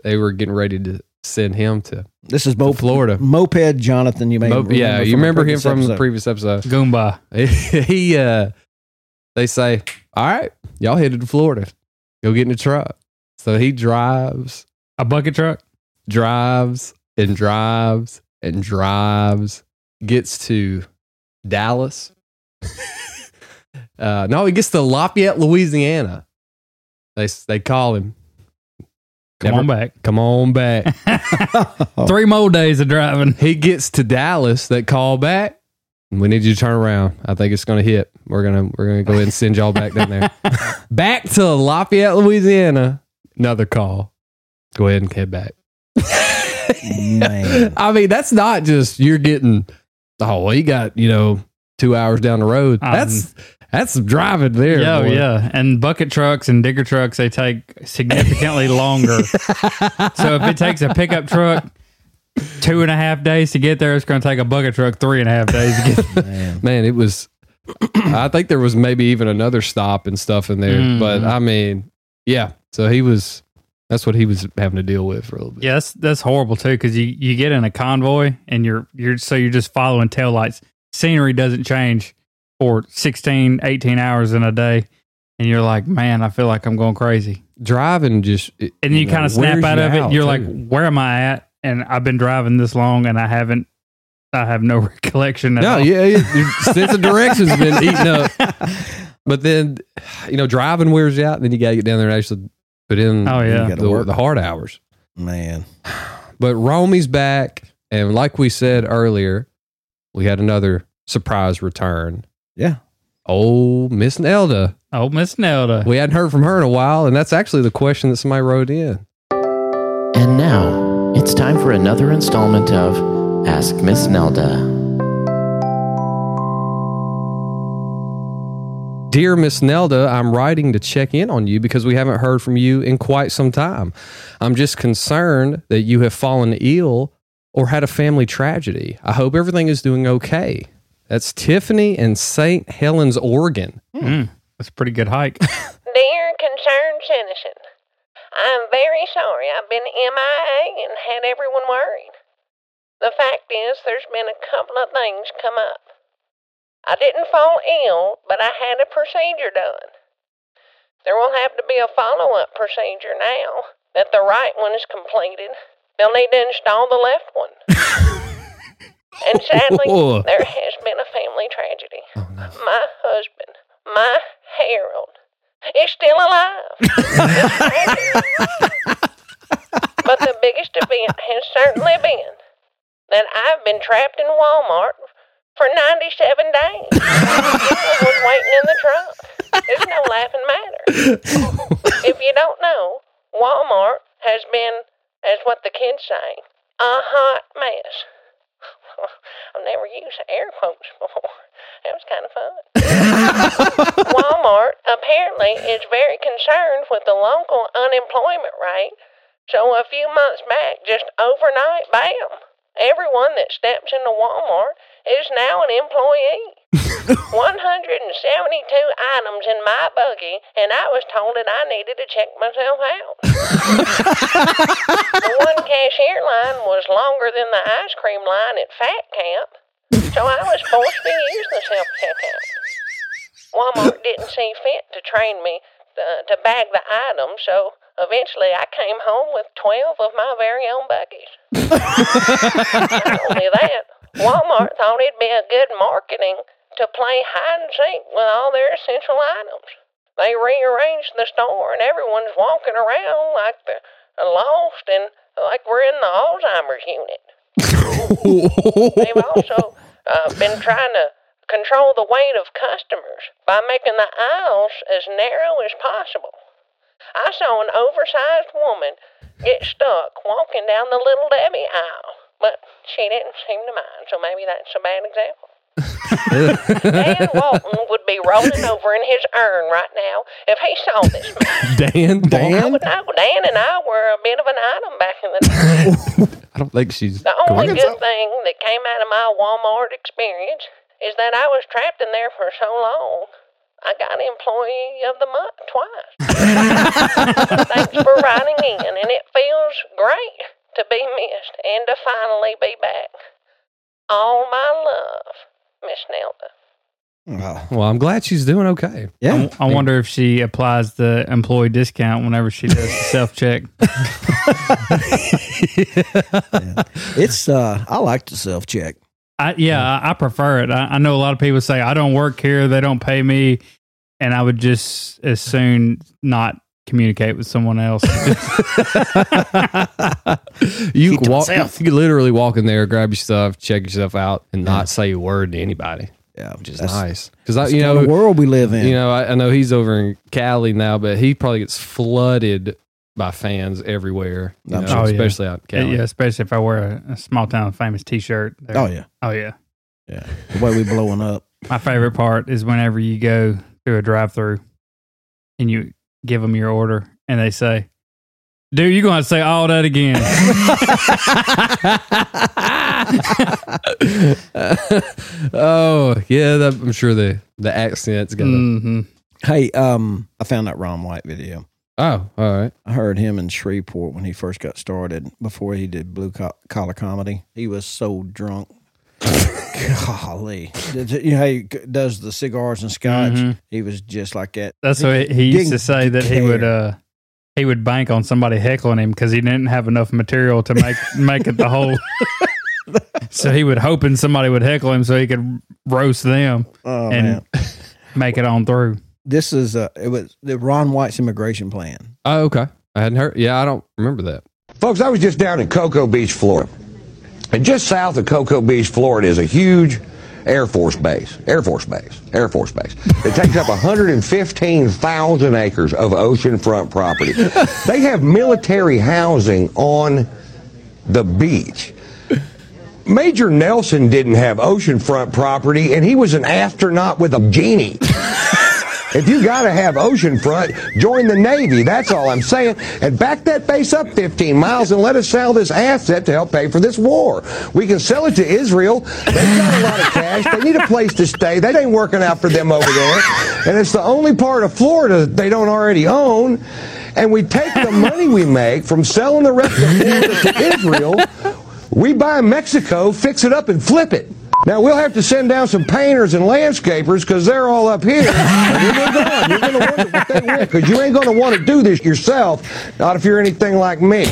A: they were getting ready to send him to
B: This is Mo-
A: Florida.
B: Moped Jonathan. You may
A: Mo-
B: remember
A: yeah,
B: from
A: you
B: the
A: remember him
B: previous
A: from the
B: episode.
A: previous episode.
D: Goomba.
A: he uh they say all right y'all headed to florida go get in the truck so he drives
D: A bucket truck?
A: drives and drives and drives gets to dallas uh no he gets to lafayette louisiana they s- they call him
D: Come
A: Never-
D: on back.
A: come on back
B: Oh.
D: Three more days of driving.
A: he gets to dallas they call back we need you to turn around i think it's gonna hit we're gonna we're gonna go ahead and send y'all back down there back to Lafayette, Louisiana. Another call. Go ahead and head back.
B: Man,
A: I mean, that's not just you're getting. Oh, well, you got you know two hours down the road.
D: Um,
A: that's that's some driving there.
D: Yeah, oh,
A: boy.
D: yeah. And bucket trucks and digger trucks, they take significantly longer. so if it takes a pickup truck two and a half days to get there, it's going to take a bucket truck three and a half days to get there.
B: Oh, man.
A: man. It was. I think there was maybe even another stop and stuff in there,
D: Mm.
A: but I mean, yeah. So he was. That's what he was having to deal with for a little bit.
D: Yeah, that's, that's horrible too because you, you get in a convoy and you're you're so you're just following taillights. Scenery doesn't change for 16, 18 hours in a day. And you're like, man, I feel like I'm going crazy.
A: Driving just. it-
D: and you,
A: know,
D: kind of snap
A: wears
D: out
A: you
D: of it. You're like,
A: too.
D: where am I at? And I've been driving this long, and I haven't. I have no recollection. At
A: No,
D: all.
A: yeah, yeah, your sense of direction's been eaten up. But then, you know, driving wears you out. And then you got to get down there and actually put in
D: Oh, yeah.
B: You gotta
A: the,
B: work.
A: the hard hours.
B: man,
A: But Romy's back. And like we said earlier, we had another surprise return.
B: yeah.
A: Oh, Miss Nelda.
D: Oh, Miss Nelda.
A: We hadn't heard from her in a while. And that's actually the question that somebody wrote in.
E: And now, it's time for another installment of Ask Miss Nelda.
A: Dear Miss Nelda, I'm writing to check in on you because we haven't heard from you in quite some time. I'm just concerned that you have fallen ill or had a family tragedy. I hope everything is doing okay. That's Tiffany in St. Helens, Oregon.
B: Hmm.
D: Mm, that's a pretty good hike.
F: Dear concerned citizen, I am very sorry I've been MIA and had everyone worried. The fact is, there's been a couple of things come up. I didn't fall ill, but I had a procedure done. There will have to be a follow up procedure now that the right one is completed. They'll need to install the left one. and sadly, there has been a family tragedy. My husband, my Harold, is still alive. but the biggest event has certainly been that I've been trapped in Walmart for 97 days. I was waiting in the trunk. There's no laughing matter. If you don't know, Walmart has been, as what the kids say, a hot mess. I've never used air quotes before. That was kind of fun. Walmart apparently is very concerned with the local unemployment rate. So a few months back, just overnight, bam, everyone that steps into Walmart is now an employee. 172 items in my buggy, and I was told that I needed to check myself out. the one cashier line was longer than the ice cream line at Fat Camp, so I was forced to use the self checkout. Walmart didn't see fit to train me uh, to bag the items, so eventually I came home with 12 of my very own buggies. Not only that, Walmart thought it'd be a good marketing to play hide and seek with all their essential items. They rearranged the store, and everyone's walking around like the lost and like we're in the Alzheimer's unit. They've also uh, been trying to control the weight of customers by making the aisles as narrow as possible. I saw an oversized woman get stuck walking down the Little Debbie aisle, but she didn't seem to mind, so maybe that's a bad example. Dan Walton would be rolling over in his urn right now if he saw this man.
A: Dan,
B: Dan?
A: Walker?
F: No, Dan and I were a bit of an item back in the day.
A: I don't think she's.
F: The only
A: Come on.
F: good thing that came out of my Walmart experience is that I was trapped in there for so long. I got employee of the month twice. Thanks for writing in, and it feels great to be missed and to finally be back. All my love, Miss Nelda.
B: Oh,
A: Well, I'm glad she's doing okay.
B: yeah.
D: I wonder if she applies the employee discount whenever she does the self check.
B: It's uh I like to self check.
D: I, yeah, I, I prefer it. I, I know a lot of people say I don't work here, they don't pay me, and I would just as soon not communicate with someone else.
A: you can walk, you could literally walk in there, grab your stuff, check yourself out, and not say a word to anybody,
B: Yeah.
A: which is
B: that's-
A: nice. Because I,
B: that's
A: you
B: kinda
A: know,
B: the world we live in.
A: you know, I, I know he's over in Cali now, but he probably gets flooded by fans everywhere, you
B: I'm
A: know,
D: sure. Oh, yeah.
A: especially out in Cali.
D: yeah, especially if I wear a, a small town famous t shirt.
B: oh yeah.
D: Oh yeah.
B: Yeah. The way we blowing up.
D: My favorite part is whenever you go through a drive through and you give them your order and they say, Dude, you're going to say all that again.
A: oh yeah, that, I'm sure the the accent's gonna.
D: hmm
B: Hey, um I found that Ron White video.
A: Oh, all right.
B: I heard him in Shreveport when he first got started. Before he did blue co- collar comedy, he was so drunk. Golly, Did you know, how he does the cigars and scotch.
D: Mhm.
B: He was just like that.
D: That's what he used to
B: Didn't
D: say that he would, uh, he would bank on somebody heckling him because he didn't have enough material to make make it the whole. so he would hoping somebody would heckle him so he could roast them
B: Oh
D: and
B: man,
D: make it on through.
B: this is uh, it was the Ron White's immigration plan.
A: Oh, okay. I hadn't heard. Yeah, I don't remember that.
G: Folks, I was just down in Cocoa Beach, Florida. And just south of Cocoa Beach, Florida is a huge Air Force base. Air Force base. Air Force base. It takes up 115,000 acres of oceanfront property. They have military housing on the beach. Major Nelson didn't have oceanfront property, and he was an astronaut with a genie. If you gotta have oceanfront, join the Navy. That's all I'm saying. And back that base up 15 miles and let us sell this asset to help pay for this war. We can sell it to Israel. They've got a lot of cash. They need a place to stay. That ain't working out for them over there. And it's the only part of Florida that they don't already own. And we take the money we make from selling the rest of Florida to Israel. We buy Mexico, fix it up, and flip it. Now we'll have to send down some painters and landscapers because they're all up here. And you move on. You're going to wonder what they want because you ain't going to want to do this yourself. Not if you're anything like me.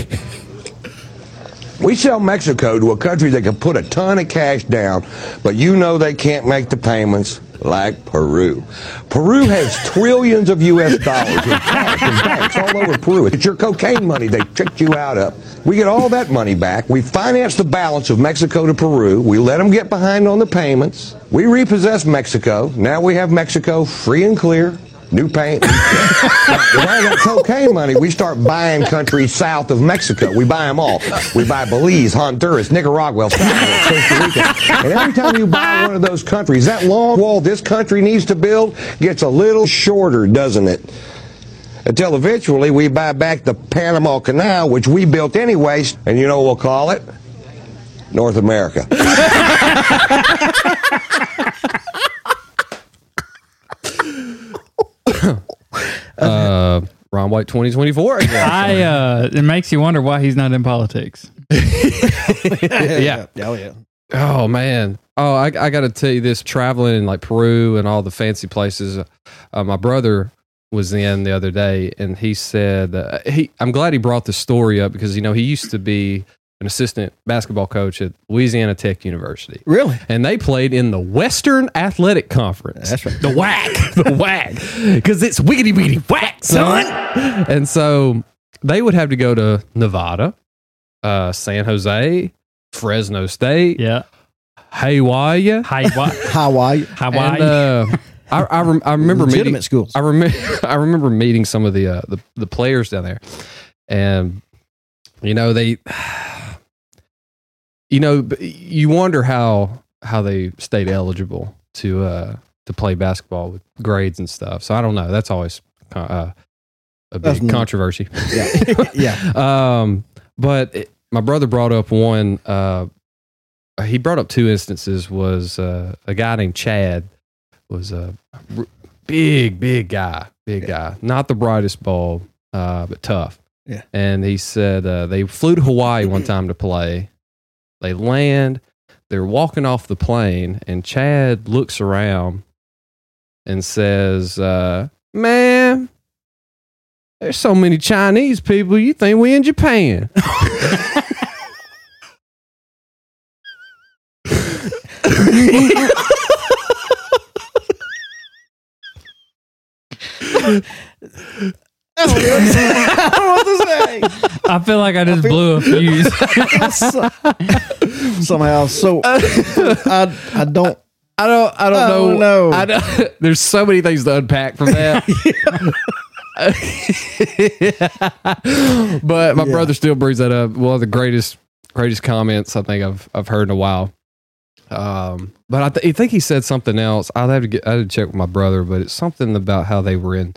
G: We sell Mexico to a country that can put a ton of cash down, but you know they can't make the payments like Peru. Peru has trillions of U.S. dollars in cash and banks all over Peru. It's your cocaine money they tricked you out of. We get all that money back. We finance the balance of Mexico to Peru. We let them get behind on the payments. We repossess Mexico. Now we have Mexico free and clear. New paint. new with all that cocaine money, we start buying countries south of Mexico. We buy them all. We buy Belize, Honduras, Nicaragua, El Salvador, Costa Rica. And every time you buy one of those countries, that long wall this country needs to build gets a little shorter, doesn't it? Until eventually we buy back the Panama Canal, which we built anyways, and you know what we'll call it? North America.
A: Uh, Ron White 2024. Yeah.
D: I uh, it makes you wonder why he's not in politics.
A: yeah.
B: Oh yeah.
A: Oh man. Oh, I, I got to tell you this. Traveling in like Peru and all the fancy places, uh, my brother was in the other day, and he said uh, he. I'm glad he brought this story up because you know he used to be an assistant basketball coach at Louisiana Tech University.
B: Really?
A: and they played in the Western Athletic Conference.
B: That's right.
A: The whack, the whack, because it's wiggity wiggity whack, son. And so they would have to go to Nevada, uh, San Jose, Fresno State,
D: Yeah.
A: Hawaii.
D: Hi, what?
B: Hawaii.
D: Hawaii.
A: And, uh, I, I, rem- I remember
B: legitimate
A: meeting.
B: schools.
A: I remember I remember meeting some of the, uh, the the players down there, and you know they, you know, b- you wonder how how they stayed eligible to uh to play basketball with grades and stuff. So I don't know. That's always uh, a
B: That's
A: big
B: not-
A: controversy.
B: Yeah. yeah.
A: Um, but it, my brother brought up one. Uh, he brought up two instances. Was uh, a guy named Chad was a r- big, big guy, big guy, not the brightest bulb, uh, but tough.
B: Yeah.
A: And he said uh, they flew to Hawaii one time to play. They land. They're walking off the plane, and Chad looks around and says, uh, "Man, there's so many Chinese people. You think we in Japan?
B: I don't know what to say. I don't know what to say.
D: I feel like I just blew a fuse.
B: So- somehow so I, I don't
A: I don't. I don't
B: Oh,
A: know.
B: no.
A: I don't- there's so many things to unpack from that. but my
B: Yeah.
A: brother still brings that up. One of the greatest, greatest comments I think I've I've heard in a while. Um, but I, th- I think he said something else. I'll have to get. I had to check with my brother, but it's something about how they were in.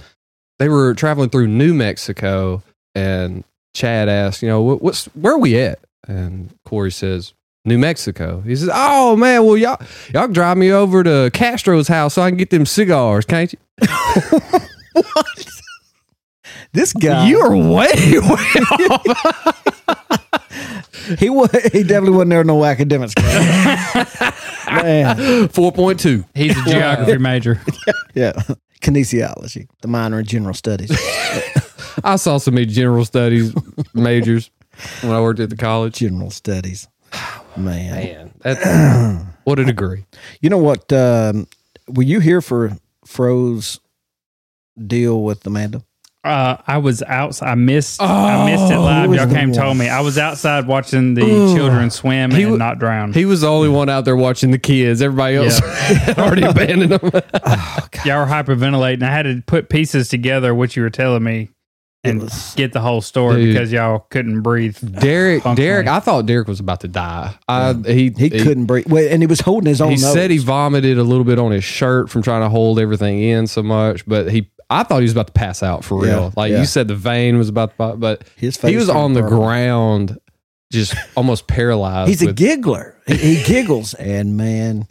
A: They were traveling through New Mexico, and Chad asked, "You know, what, what's where are we at?" And Corey says, "New Mexico." He says, "Oh man, well y'all y'all can drive me over to Castro's house so I can get them cigars, can't you?"
B: this guy
A: You are way, way
B: he was he definitely wasn't there in no academics class. Man,
A: four point two.
D: He's a geography major.
B: yeah. Kinesiology, the minor in general studies.
A: I saw so many general studies majors when I worked at the college.
B: General studies. Man.
A: Man, that's, what a degree!
B: You know what? Um, were you here for Fro's deal with Amanda?
D: Uh, I was outside. I missed.
A: Oh,
D: I missed it live.
B: who was
D: Y'all
B: the
D: came and told
B: one?
D: me. I was outside watching the
A: Ugh.
D: children swim
A: He
D: and
A: wa-
D: not drown.
A: He was the only one out there watching the kids. Everybody else had already abandoned them.
D: Y'all were hyperventilating. I had to put pieces together what you were telling me and
B: was-
D: get the whole story
A: Dude.
D: because y'all couldn't breathe.
A: Derek,
D: Functionally.
A: Derek, I thought Derek was about to die. I, he
B: He, couldn't breathe. Well, and he was holding his own
A: he
B: nose.
A: said he vomited a little bit on his shirt from trying to hold everything in so much, but he I thought he was about to pass out for
B: Yeah,
A: real. like
B: yeah.
A: you said, the vein was about to pop, but
B: His face
A: he was
B: turned
A: on the
B: purple.
A: ground, just almost paralyzed.
B: He's a
A: with-
B: giggler. He, he giggles. And man,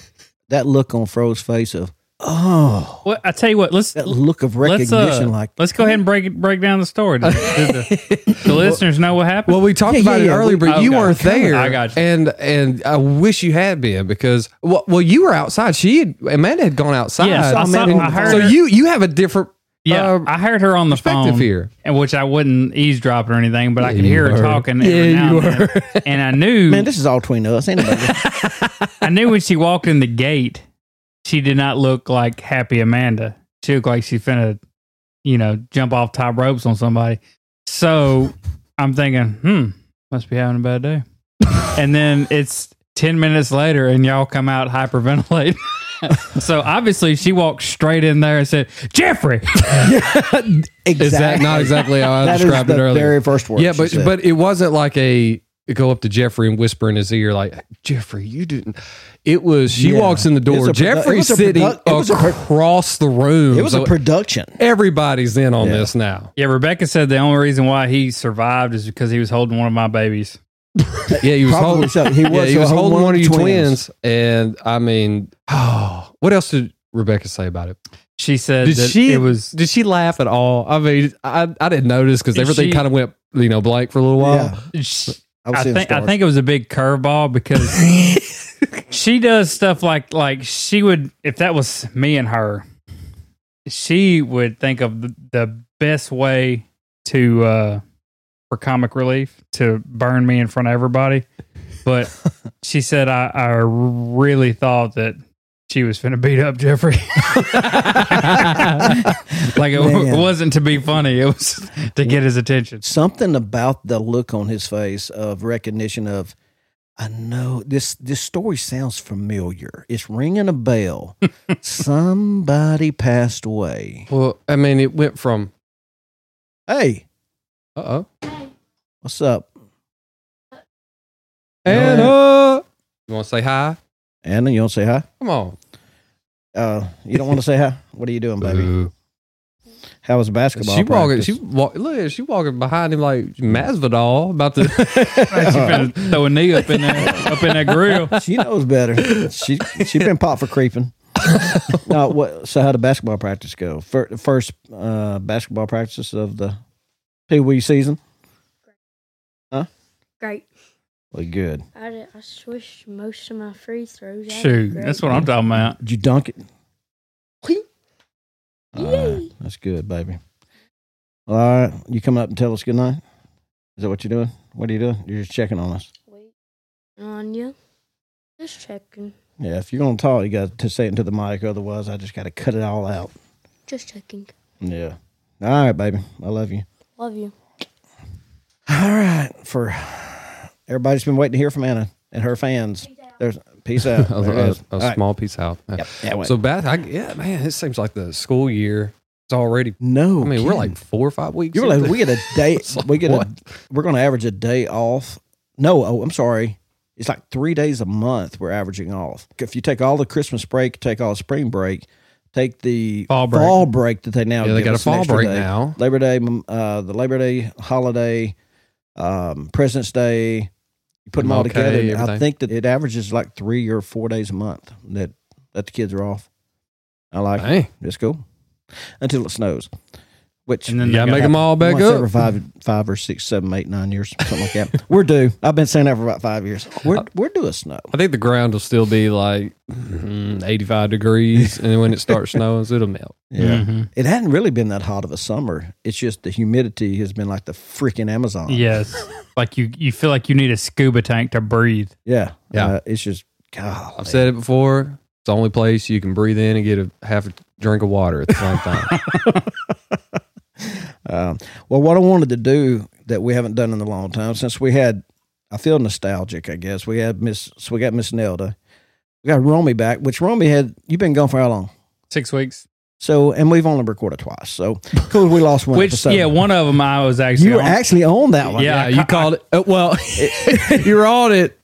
B: that look on Fro's face of, oh,
D: Well, I tell you what. Let's
B: that look of
D: let's
B: recognition
D: uh,
B: like,
D: let's go ahead and break it- break down the story. Do the, do the listeners know what happened?
A: Well, we talked
B: Yeah,
A: about
B: yeah,
A: it
B: yeah.
A: earlier, but
D: Oh,
A: you
D: okay.
A: weren't there.
D: I got you.
A: And and I wish you had been because well, well you were outside. She had, Amanda had gone outside.
D: Yes, I saw-
A: And
D: I heard
A: so
D: her-
A: you you have a different
D: Yeah,
A: uh,
D: I heard her on the
A: perspective
D: phone
A: here.
D: and which I wouldn't eavesdrop or anything, but I could
A: you
D: hear her
A: were.
D: talking. every
A: Yeah,
D: now
A: you
D: and, then. and I knew,
B: man, this is all between us. Ain't nobody-
D: I knew when she walked in the gate, she did not look like happy Amanda. She looked like she finna, you know, jump off top ropes on somebody. So I'm thinking, hmm, must be having a bad day. and then it's ten minutes later, and y'all come out hyperventilate. so obviously, she walked straight in there and said, "Jeffrey."
B: exactly.
A: Is that not exactly how I
B: That is
A: described it
B: the
A: earlier?
B: very first word.
A: yeah,
B: she
A: but
B: said.
A: but it wasn't like a go up to Jeffrey and whisper in his ear like Jeffrey, you didn't. It was she
B: Yeah.
A: walks in the
B: It's a
A: door.
B: produ- it
A: Jeffrey's
B: was a
A: sitting
B: produ- it was a pro-
A: across the room.
B: it was a
A: so
B: production.
A: everybody's in on
B: Yeah.
A: this now.
D: Yeah, Rebecca said the only reason why he survived is because he was holding one of my babies.
A: Yeah, he was
B: Probably
A: holding.
B: so. He was,
A: yeah, he
B: so
A: was
B: hold
A: holding
B: one
A: one of
B: of
A: you
B: the
A: twins. and I mean, oh, what else did Rebecca say about it?
D: She said
A: Did
D: that
A: she?
D: it was
A: did she laugh at all? I mean, I I didn't notice because
D: Did
A: everything
D: she-
A: kind of went you know blank for a little while.
B: Yeah,
D: sh-
B: I was
D: I
B: seeing
D: think I
B: stars.
D: think it was a big curveball because she does stuff like like she would if that was me and her, she would think of the, the best way to uh for comic relief to burn me in front of everybody. But she said I, I really thought that she was finna beat up Jeffrey. like it w-
B: Man.
D: wasn't to be funny; it was to get his attention.
B: Something about the look on his face of recognition of, I know this this story sounds familiar. It's ringing a bell. Somebody passed away.
A: Well, I mean, it went from
B: Hey,
A: uh oh,
B: what's up?
A: Anna. You want to say hi?
B: Anna, you want to say hi?
A: Come on,
B: Uh, you don't want to say hi? What are you doing, baby?
D: Uh,
B: How was basketball?
A: Uh, she walking.
B: practice?
A: She walk. Look, she walking behind him like Masvidal about to.
D: She finna throw a knee up in there, up in that grill.
B: she knows better. She she been popped for creeping. no, what? So how did basketball practice go? Fir- First uh, basketball practice of the pee wee season.
H: Great.
B: Well, good.
H: I, did, I swished most of my free throws. I did
D: Shoot,
H: great.
D: that's what I'm talking about.
B: Did you dunk it? All right,
H: Yay.
B: that's good, baby. Well, all right, you come up and tell us good night. Is that what you're doing? What are you doing? You're just checking on us.
H: Wait on you. Just checking.
B: Yeah, if you're gonna talk, you got to say it into the mic. Otherwise, I just got to cut it all out.
H: Just checking.
B: Yeah. All right, baby. I love you.
H: Love you.
B: All right, for everybody's been waiting to hear from Anna and her fans. There's peace out.
A: a
B: There it
A: a-
B: is.
A: a
B: All right.
A: small piece out.
B: Yep, that went.
A: So Beth, I, yeah, man, it seems like the school year is already.
B: no,
A: I mean, we're
B: kidding.
A: like four or five weeks.
B: you were like
A: into-
B: we get a day.
A: It's like,
B: we get a,
A: what?
B: we're going to average a day off. No, oh, I'm sorry. It's like three days a month we're averaging off. If you take all the Christmas break, take all the spring break, take the
D: Fall break.
B: break that they now
A: Yeah, they
B: give
A: got a
B: us an
A: fall
B: extra
A: break
B: day.
A: now.
B: Labor Day, mm, uh, the Labor Day holiday, um, President's Day. You put them all
A: MLK,
B: together. and I
A: everything.
B: think that it averages like three or four days a month that that the kids are off. I like it.
A: Hey,
B: It's cool until it snows, which
D: And then
A: you
D: they
A: gotta
D: got-
A: make them all back
B: once every
A: up.
B: five, five or six, seven, eight, nine years, something like that. We're due. I've been saying that for about five years.
A: Uh,
B: We're we're due a snow.
A: I think the ground will still be like mm, 85 degrees, and when it starts snowing, it'll melt.
D: Mhm.
B: It hadn't really been that hot of a summer. It's just the humidity has been like the freaking Amazon.
D: Yes, like you, you feel like you need a scuba tank to breathe.
B: yeah,
A: Yeah.
B: Uh, it's just God.
A: I've said it before. It's the only place you can breathe in and get a half a drink of water at the same time.
B: Um, well, what I wanted to do that we haven't done in a long time since we had, I feel nostalgic. I guess we had Miss. So we got Miss Nelda. We got Romy back, which Romy had. You've been gone for how long?
D: Six weeks.
B: So, and we've only recorded twice. So, cool. We lost one
D: Which
B: episode.
D: yeah, one of them I was actually.
B: You were
D: on.
B: actually on that one.
D: Yeah,
A: yeah, you called it. uh, well, you're on it,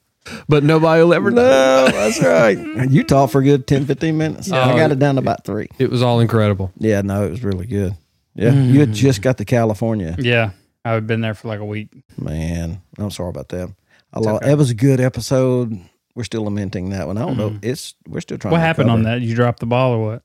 A: but nobody will ever know.
B: No, that's right. You talked for a good 10, 15 minutes. I
A: Oh.
B: got it down to about three.
A: It was all incredible.
B: Yeah, no, it was really good. Yeah,
D: Mm-hmm.
B: you had just got to California.
D: yeah, I've been there for like a week.
B: Man, I'm sorry about that. I lo- It was a good episode. We're still lamenting that one. I don't know. It's we're still trying.
D: Mm-hmm. What
B: to
D: happened on
B: recover.
D: that? You dropped the ball or what?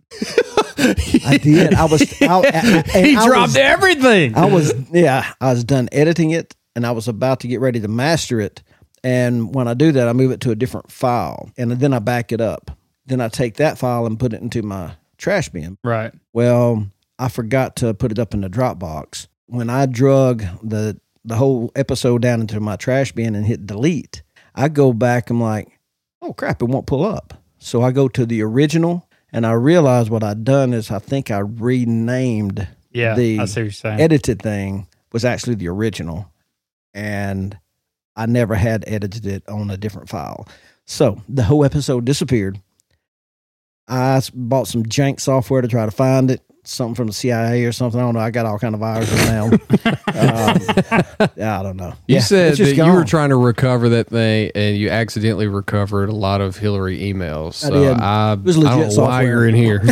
B: I did. I was. I, I, and I was,
D: everything.
B: I was. Yeah, I was done editing it, and I was about to get ready to master it. And when I do that, I move it to a different file, and then I back it up. Then I take that file and put it into my trash bin.
D: Right.
B: Well, I forgot to put it up in the Dropbox. When I drug the the whole episode down into my trash bin and hit delete, I go back. I'm like, oh crap, it won't pull up. So I go to the original, and I realize what I'd done is I think I renamed
D: Yeah.
B: The
D: I see what you're saying.
B: edited thing was actually the original, and I never had edited it on a different file. So the whole episode disappeared. I s- bought some jank software to try to find it, something from the CIA or something. I don't know. I got all kind of viruses now. um, I don't know.
A: You
B: Yeah,
A: said
B: it's just
A: that you were
B: gone.
A: trying to recover that thing, and you accidentally recovered a lot of Hillary emails.
B: I
A: So
B: did.
A: I,
B: was
A: I don't know why
B: legit software.
A: you're in here.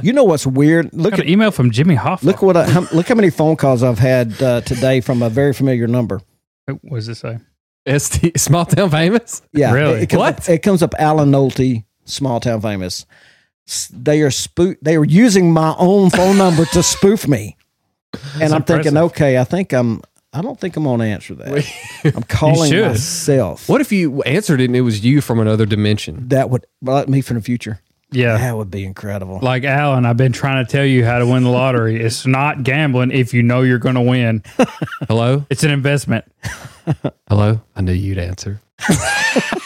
B: You know what's weird? Look
D: Got
B: at
D: an email from Jimmy Hoffa.
B: look what I, how, look how many phone calls I've had uh, today from a very familiar number.
D: what does it say?
A: ST, small town famous.
B: Yeah,
D: Really?
B: It, it comes
A: What?
B: Up, it comes up Alan Nolte, small town famous. S- They are spoo- They are using my own phone number to spoof me, and I'm thinking,
D: impressive.
B: okay, I think I'm. I don't think I'm going to answer that. I'm calling
D: should.
B: myself.
A: What if you answered it and it was you from another dimension?
B: That would like me for the future.
D: Yeah.
B: That would be incredible.
D: Like Alan, I've been trying to tell you how to win the lottery. it's not gambling if you know you're going to win.
A: Hello,
D: It's an investment.
A: hello. I knew you'd answer.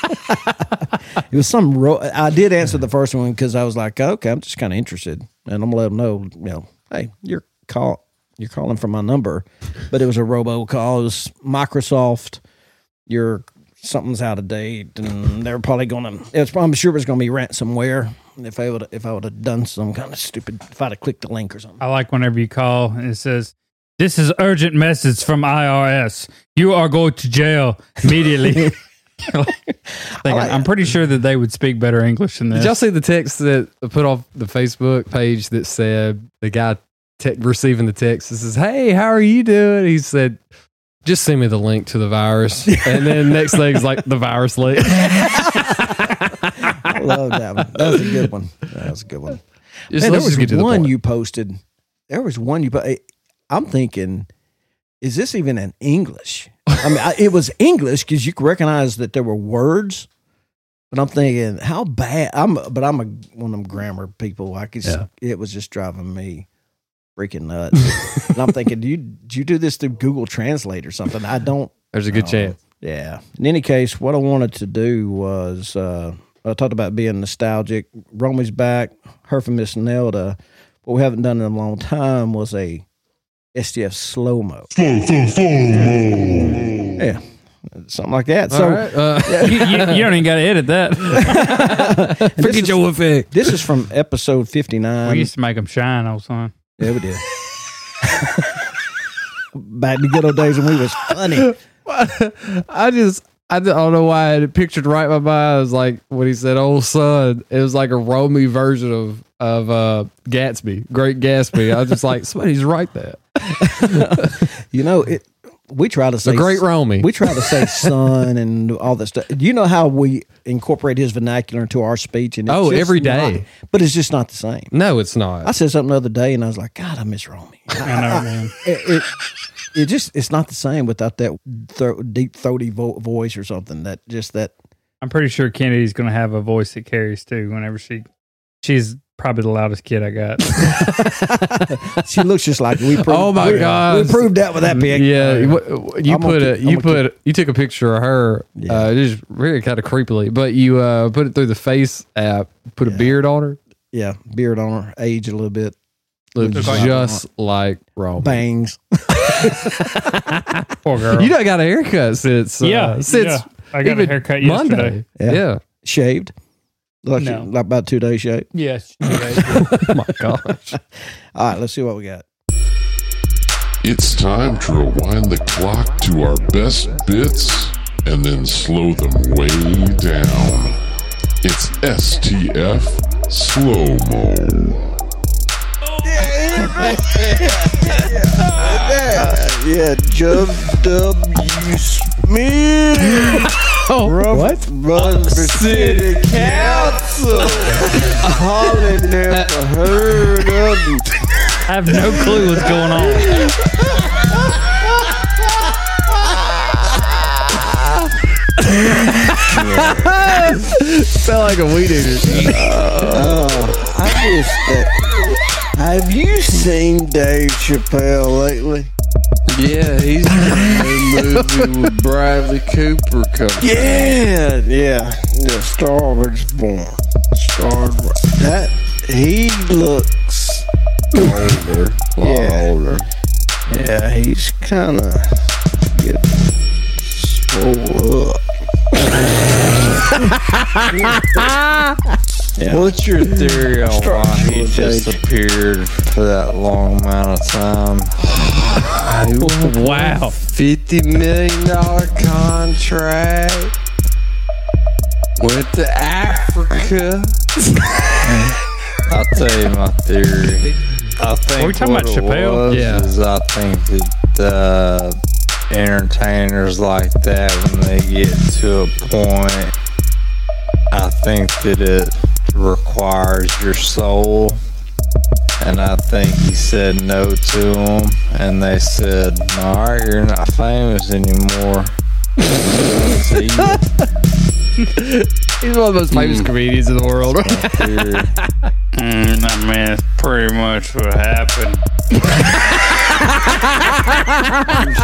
B: It was some. Ro- I did answer the first one because I was like, "Oh, okay, I'm just kind of interested, and I'm gonna let them know, you know, hey, you're call, you're calling from my number, but it was a robocall. It was Microsoft. Your something's out of date, and they're probably gonna. It's, I'm sure it was gonna be ransomware. If I would, if I would have done some kind of stupid, if I'd have clicked the link or something.
D: I like whenever you call and it says, "This is urgent message from IRS. You are going to jail immediately." Thinking, I'm pretty sure that they would speak better English than
A: Did y'all
D: this.
A: see the text that I put off the Facebook page that said the guy te- receiving the text says, "Hey, how are you doing?" He said, "Just send me the link to the virus." And then next thing is like the virus link.
B: I love that one. That was a good one. That was a good one.
A: Just, let's
B: Man, there was
A: just get to the
B: one
A: point.
B: you posted. There was one you. po- eh, I'm thinking, is this even in English? I mean, I, it was English because you could recognize that there were words. But I'm thinking, how bad? I'm, but I'm a one of them grammar people. I could, s-
A: Yeah.
B: it was just driving me freaking nuts. and I'm thinking, do you do you do this through Google Translate or something? I don't.
A: There's a good
B: Oh,
A: chance.
B: Yeah. In any case, what I wanted to do was uh, I talked about being nostalgic. Romy's back. Her from Miss Nelda. What we haven't done in a long time was a STF slow mo. Yeah, something like that. so
A: All right. Uh,
D: you, you- you don't even got to edit that.
B: and this,
A: forget
B: is,
A: your effect.
B: this is from episode fifty
D: we
B: nine.
D: used to make them shine all the time.
B: Yeah, we did. Back in the good old days when we was funny.
A: I just. I d- I don't know why I had it pictured right by my eyes, like when he said "old son." It was like a Romy version of of uh, Gatsby, Great Gatsby. I was just like, somebody's right there.
B: You know, it. We try to say
A: The Great Romy.
B: We try to say son and all this stuff. Do you know how we incorporate his vernacular into our speech? And it's
A: Oh,
B: just
A: every day.
B: not- but it's just not the same.
A: No, it's not.
B: I said something the other day, and I was like, God, I miss Romy.
D: I know, man.
B: It, it, it just it's not the same without that thro- deep throaty vo- voice or something. That just that
D: I'm pretty sure Kennedy's going to have a voice that carries too. Whenever she, she's probably the loudest kid I got.
B: she looks just like we. Proved,
A: Oh, my
B: we-
A: God.
B: we proved that with that big.
A: Yeah, you- you
B: I'm gonna
A: put
B: keep-
A: a
B: I'm
A: you
B: gonna
A: put you took a picture of her.
B: Yeah.
A: Uh, just really kind of creepily, but you uh, put it through the face app, put a beard on her,
B: yeah, beard on her, age a little bit,
A: looked
B: Looks like-
A: just like Rome.
B: bangs.
D: Poor girl.
A: You done got a haircut since uh,
D: yeah,
A: since
D: yeah. I got a
A: even
D: haircut
A: Monday.
D: yesterday.
A: Yeah.
B: Yeah. shaved. Like,
D: No.
B: like about two days shaved.
D: Yes.
A: oh my gosh.
B: All right, let's see what we got.
I: It's time to rewind the clock to our best bits and then slow them way down. It's STF Slow Mo.
C: Yeah, Jub W. Smith.
B: Oh, what?
C: Run for city council. Holly never heard of you.
D: I have no clue what's going on.
A: Sound like a weed eater.
C: I just think- Have you seen Dave Chappelle lately?
J: Yeah, he's in a movie with Bradley Cooper coming.
C: Yeah, yeah. The Star Wars born. Star Wars. That he looks
J: Older, a lot
C: Yeah.
J: older.
C: Yeah, he's kinda getting swole up.
J: What's your theory on why he disappeared for that long amount of time?
D: Wow.
J: Fifty million dollar contract. Went to Africa. I'll tell you my theory. I think
D: Are we talking
J: what it
D: about Chappelle?
J: was
A: Yeah.
J: is I think that uh, entertainers like that when they get to a point, I think that it requires your soul. And I think he said no to them, and they said, "All right, you're not famous anymore." See,
A: He's one of the most famous comedians in the world.
J: you're-
D: I mean, that's pretty much what happened.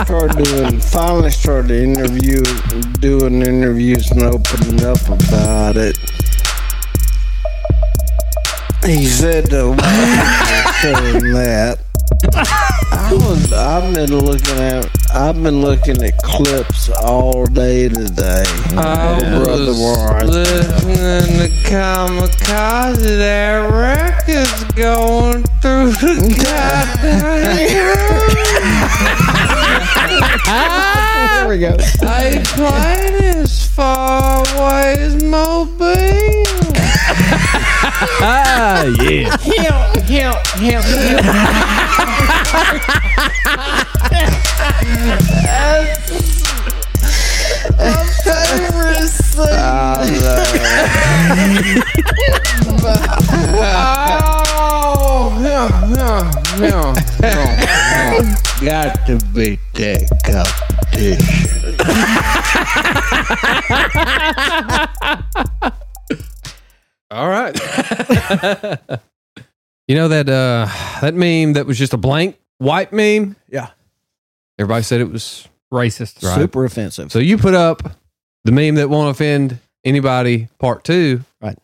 J: start doing, finally started interview, doing interviews and opening up about it. He said the one saying that. I was, I've been looking at I've been looking at clips all day today.
K: I
J: brother
K: was
J: Warren.
K: listening to Kamikaze. That record's going through the goddamn.
J: there we go.
K: I played as far away as Mobile.
A: ah,
J: Oh,
A: yeah.
K: Help, help, help,
J: Oh, yeah, yeah, yeah, yeah. Got to beat that competition.
A: All right. you know that uh that meme that was just a blank white meme?
B: Yeah.
A: Everybody said it was
D: Racist.
A: right.
B: Super offensive.
A: So you put up the meme that won't offend anybody, part two.
B: Right.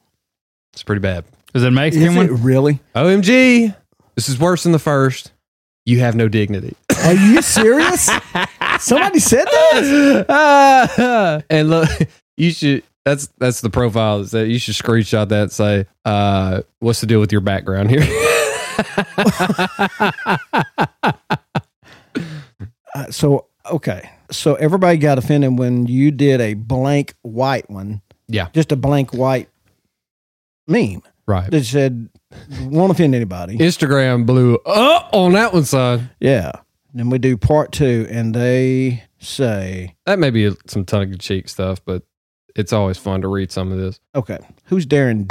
A: It's pretty bad.
D: Is it a Mexican
B: Is
D: one?
B: it really?
A: OMG. This is worse than the first. You have no dignity.
B: Are you serious? Somebody said that?
A: Ah, and look, you should. That's that's the profile. Is that you should screenshot that and say, uh, "What's the deal with your background here?"
B: Uh, so okay. So everybody got offended when you did a blank white one.
A: Yeah.
B: Just a blank white meme
A: right.
B: that said won't offend anybody.
A: Instagram blew up on that one, son.
B: Yeah. Then we do part two, and they say,
A: That may be some tongue in cheek stuff, but it's always fun to read some of this.
B: "Okay, who's Darren?"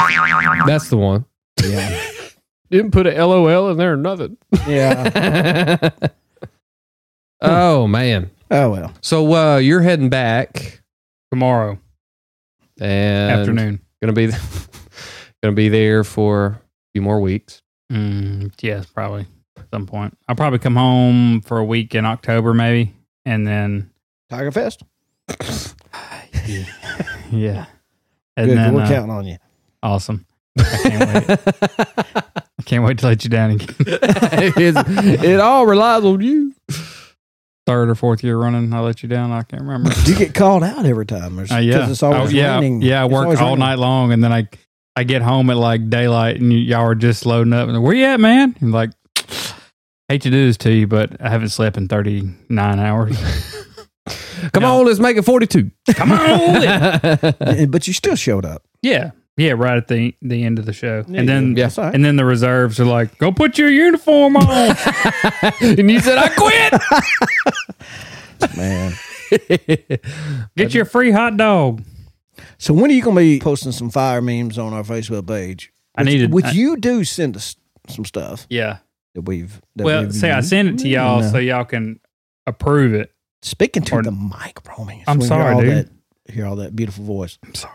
A: That's the one.
B: Yeah,
A: Didn't put a LOL in there or nothing.
B: yeah.
A: oh man.
B: Oh well.
A: So uh, you're heading back
D: Tomorrow
A: and
D: afternoon.
A: gonna be gonna be there for a few more weeks.
D: Mm, yes, probably at some point. I'll probably come home for a week in October, maybe, and then
B: Tiger Fest.
D: yeah, and
B: Good.
D: then
B: We're
D: uh,
B: counting on you.
D: awesome. I can't wait. I can't wait to let you down again.
A: It's- it all relies on you.
D: Third or fourth year running, I let you down. I can't remember.
B: You get called out every time. There's-
D: Uh, yeah,
B: 'cause It's always
D: Oh, yeah,
B: raining.
D: yeah. I
B: It's
D: work all
B: always raining.
D: night long, and then I I get home at like daylight, and y- y'all are just loading up. And where you at, man? And like, hate to do this to you, but I haven't slept in thirty nine hours.
A: Come
D: No.
A: on, let's make it 42. Come on.
B: And- But you still showed up.
D: yeah, yeah. Right at the the end of the show, and then
A: Yeah.
B: That's all right.
D: and then the reserves are like, go put your uniform on.
A: and you said, I quit.
B: man.
D: Get your free hot dog.
B: So when are you going to be posting some fire memes on our Facebook page?
D: I
B: Which-
D: needed-
B: Which
D: I-
B: you do send us some stuff
D: Yeah.
B: that we've. That
D: Well,
B: we've
D: say I
B: used.
D: send it to y'all
B: No.
D: so y'all can approve it.
B: Speaking to
D: or-
B: the mic, Romy.
D: I'm
B: So we hear
D: sorry,
B: all
D: dude.
B: That, hear all that beautiful voice.
D: I'm sorry.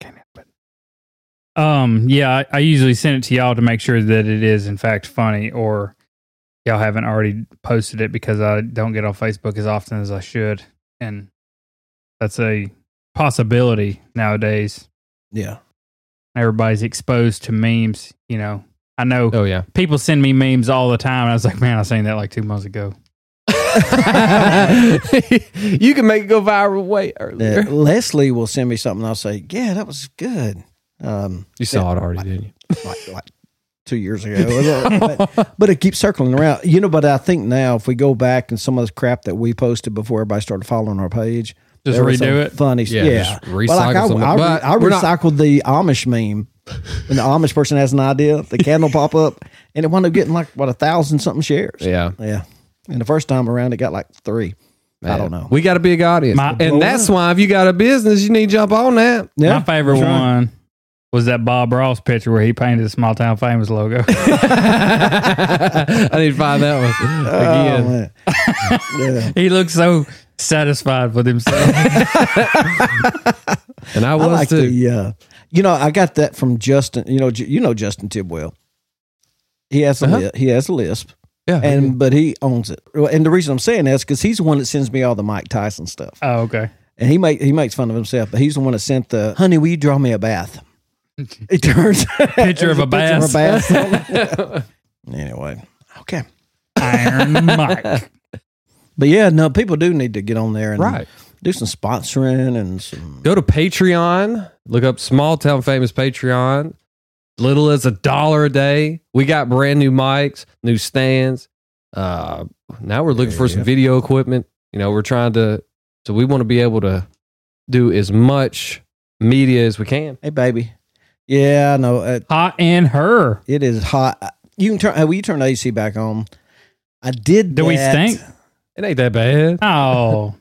D: Can't help it. Um, yeah, I, I usually send it to y'all to make sure that it is in fact funny or y'all haven't already posted it because I don't get on Facebook as often as I should. And that's a possibility nowadays.
B: Yeah.
D: Everybody's exposed to memes, you know. I know
A: Oh, yeah.
D: people send me memes all the time and I was like, Man, I seen that like two months ago.
A: you can make it go viral way earlier.
B: That Leslie will send me something. I'll say, "Yeah, that was good." Um,
A: You saw it already, didn't you?
B: like, like two years ago, but, but it keeps circling around. You know, but I think now if we go back and some of the crap that we posted before everybody started following our page,
D: Just
B: there was some
D: redo it?
B: Funny, yeah.
A: Yeah,
B: yeah.
A: just recycle
B: I,
A: some-
B: I,
A: but
B: I
A: we're not-
B: recycled the Amish meme. When the Amish person has an idea, the candle pop up, and it wound up getting like what a thousand something shares.
A: Yeah.
B: Yeah. And the first time around, it got like three. I don't know.
A: We got a big audience.
D: My-
A: and that's why if you got a business, you need to jump on that.
B: Yeah,
D: My favorite
B: that's right.
D: one was that Bob Ross picture where he painted the small town famous logo.
A: I need to find that one
B: Oh,
A: again.
B: man. yeah.
D: he looked so satisfied with himself.
A: and I
B: I
A: was
B: like
A: too.
B: the. Uh, you know, I got that from Justin. You know, Ju- you know Justin Tidwell. He has a li- he has a lisp,
A: Uh-huh. Yeah,
B: and but he owns it. Well, And the reason I'm saying that is because he's the one that sends me all the Mike Tyson stuff.
D: Oh, okay.
B: And he make he makes fun of himself, but he's the one that sent the honey. Will you draw me a bath? It turns out
D: Picture
B: it was
D: of a bass.
B: bass. anyway, okay.
D: Iron Mike.
B: But yeah, no, people do need to get on there and
A: Right.
B: do some sponsoring and some.
A: Go to Patreon. Look up Small Town Famous Patreon. Little as a dollar a day. We got brand new mics, new stands. Uh, now we're looking for some video equipment. You know, we're trying to, so we want to be able to do as much media as we can.
B: Hey, baby. Yeah, I know. Uh,
D: Hot and her.
B: it is hot. You can turn. uh, Will you turn the AC back on? I did.
D: Do we
B: that.
D: stink?
A: It ain't that bad.
D: Oh,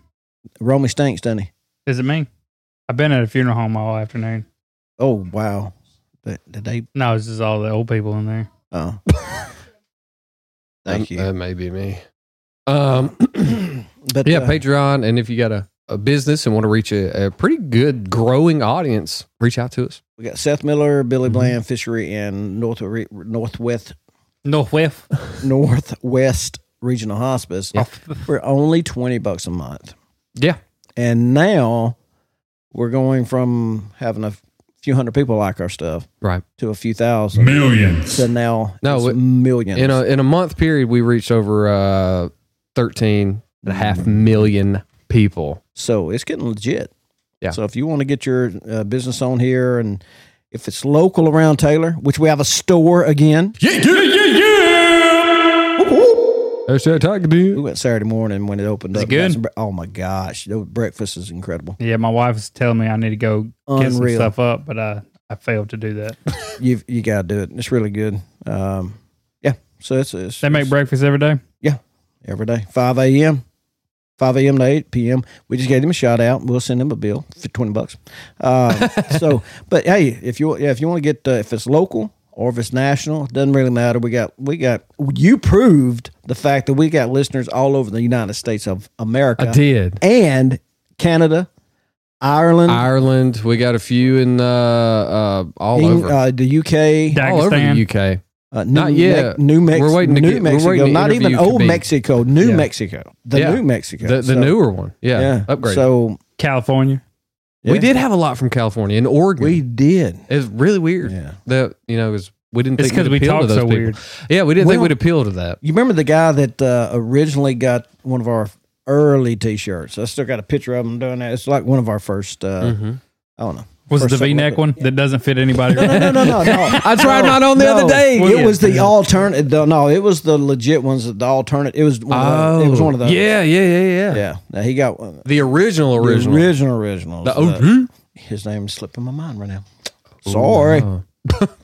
B: Romy stinks, doesn't he?
D: is it me? I've been at a funeral home all afternoon.
B: Oh wow. But did they?
D: No, it's just all the old people in there.
B: Oh.
A: That-
B: Thank you.
A: That may be me. Um,
B: But
A: yeah,
B: uh,
A: Patreon. And if you got a, a business and want to reach a, a pretty good growing audience, reach out to us.
B: we got Seth Miller, Billy
D: Mm-hmm.
B: Bland, Fishery, and North Northwest
D: No whiff.
B: Northwest Regional Hospice
A: Yeah.
B: for only twenty bucks a month.
A: Yeah.
B: And now we're going from having a few hundred people like our stuff
A: Right.
B: to a few thousand
I: Millions.
B: to now
A: No,
B: it's
A: it-
B: millions.
A: In a in a month period, we reached over uh, 13 and a
B: Mm.
A: half million people.
B: So it's getting legit.
A: Yeah.
B: So if you want to get your uh, business on here and if it's local around Taylor, which we have a store again,
I: Yeah, yeah, yeah, yeah!
A: That's that tiger
B: we
A: deal.
B: went Saturday morning when it opened
D: Is
B: up.
D: it good?
B: Got some bre- Oh my gosh, the breakfast is incredible.
D: Yeah, my wife's telling me I need to go get some
B: Unreal.
D: stuff up, but I I failed to do that.
B: You you gotta do it. It's really good. Um, yeah. So it's, it's
D: They make
B: it's
D: breakfast every day.
B: every day, five a.m. Five a.m. to eight p.m. We just gave them a shout out. We'll send them a bill for twenty bucks. Uh, so, but hey, if you yeah, if you want to get uh, if it's local or if it's national, it doesn't really matter. We got we got you proved the fact that we got listeners all over the United States of America
A: I did.
B: and Canada, Ireland,
A: Ireland. We got a few in uh, uh, all
B: Eng-
A: over.
B: uh, the UK,
D: Dagestan.
A: all over the UK.
B: Uh, New
A: Not yet.
B: Mex- New, Mex-
A: We're waiting to
B: New
A: get- we're
B: Mexico.
A: waiting to
B: Not
A: interview
B: even old
A: Khabib.
B: Mexico. New
A: Yeah.
B: Mexico. The
A: Yeah.
B: New Mexico.
A: The, the
B: So,
A: newer one. Yeah.
B: Yeah.
A: Upgrade.
B: So
D: California.
A: We
B: yeah.
A: did have a lot from California and Oregon.
B: We did.
A: it's really weird
B: Yeah.
A: that, you know, it was, we didn't
D: It's
A: think
D: because
A: we'd
D: we
A: appeal to
D: talk
A: those
D: so
A: people.
D: weird.
A: Yeah, we didn't think
B: Well-
A: we'd appeal to that.
B: You remember the guy that uh, originally got one of our early T-shirts? I still got a picture of him doing that. It's like one of our first. Uh,
A: Mm-hmm.
B: I don't know.
D: Was it the
B: First
D: V neck
B: couple
D: one
B: of-
D: that doesn't fit anybody?
B: No, no, no, no, no.
A: I tried
B: no,
A: mine on the
B: no.
A: other day.
B: It was the alternative. No, it was the legit ones. The alternate. It was. One of those, uh, it was one of those.
A: Oh, Yeah, yeah, yeah, yeah.
B: Yeah. Now he got one.
A: The original,
B: The
A: original.
B: original, original.
A: The
B: So that-
A: OG.
B: his name's slipping my mind right now. Sorry.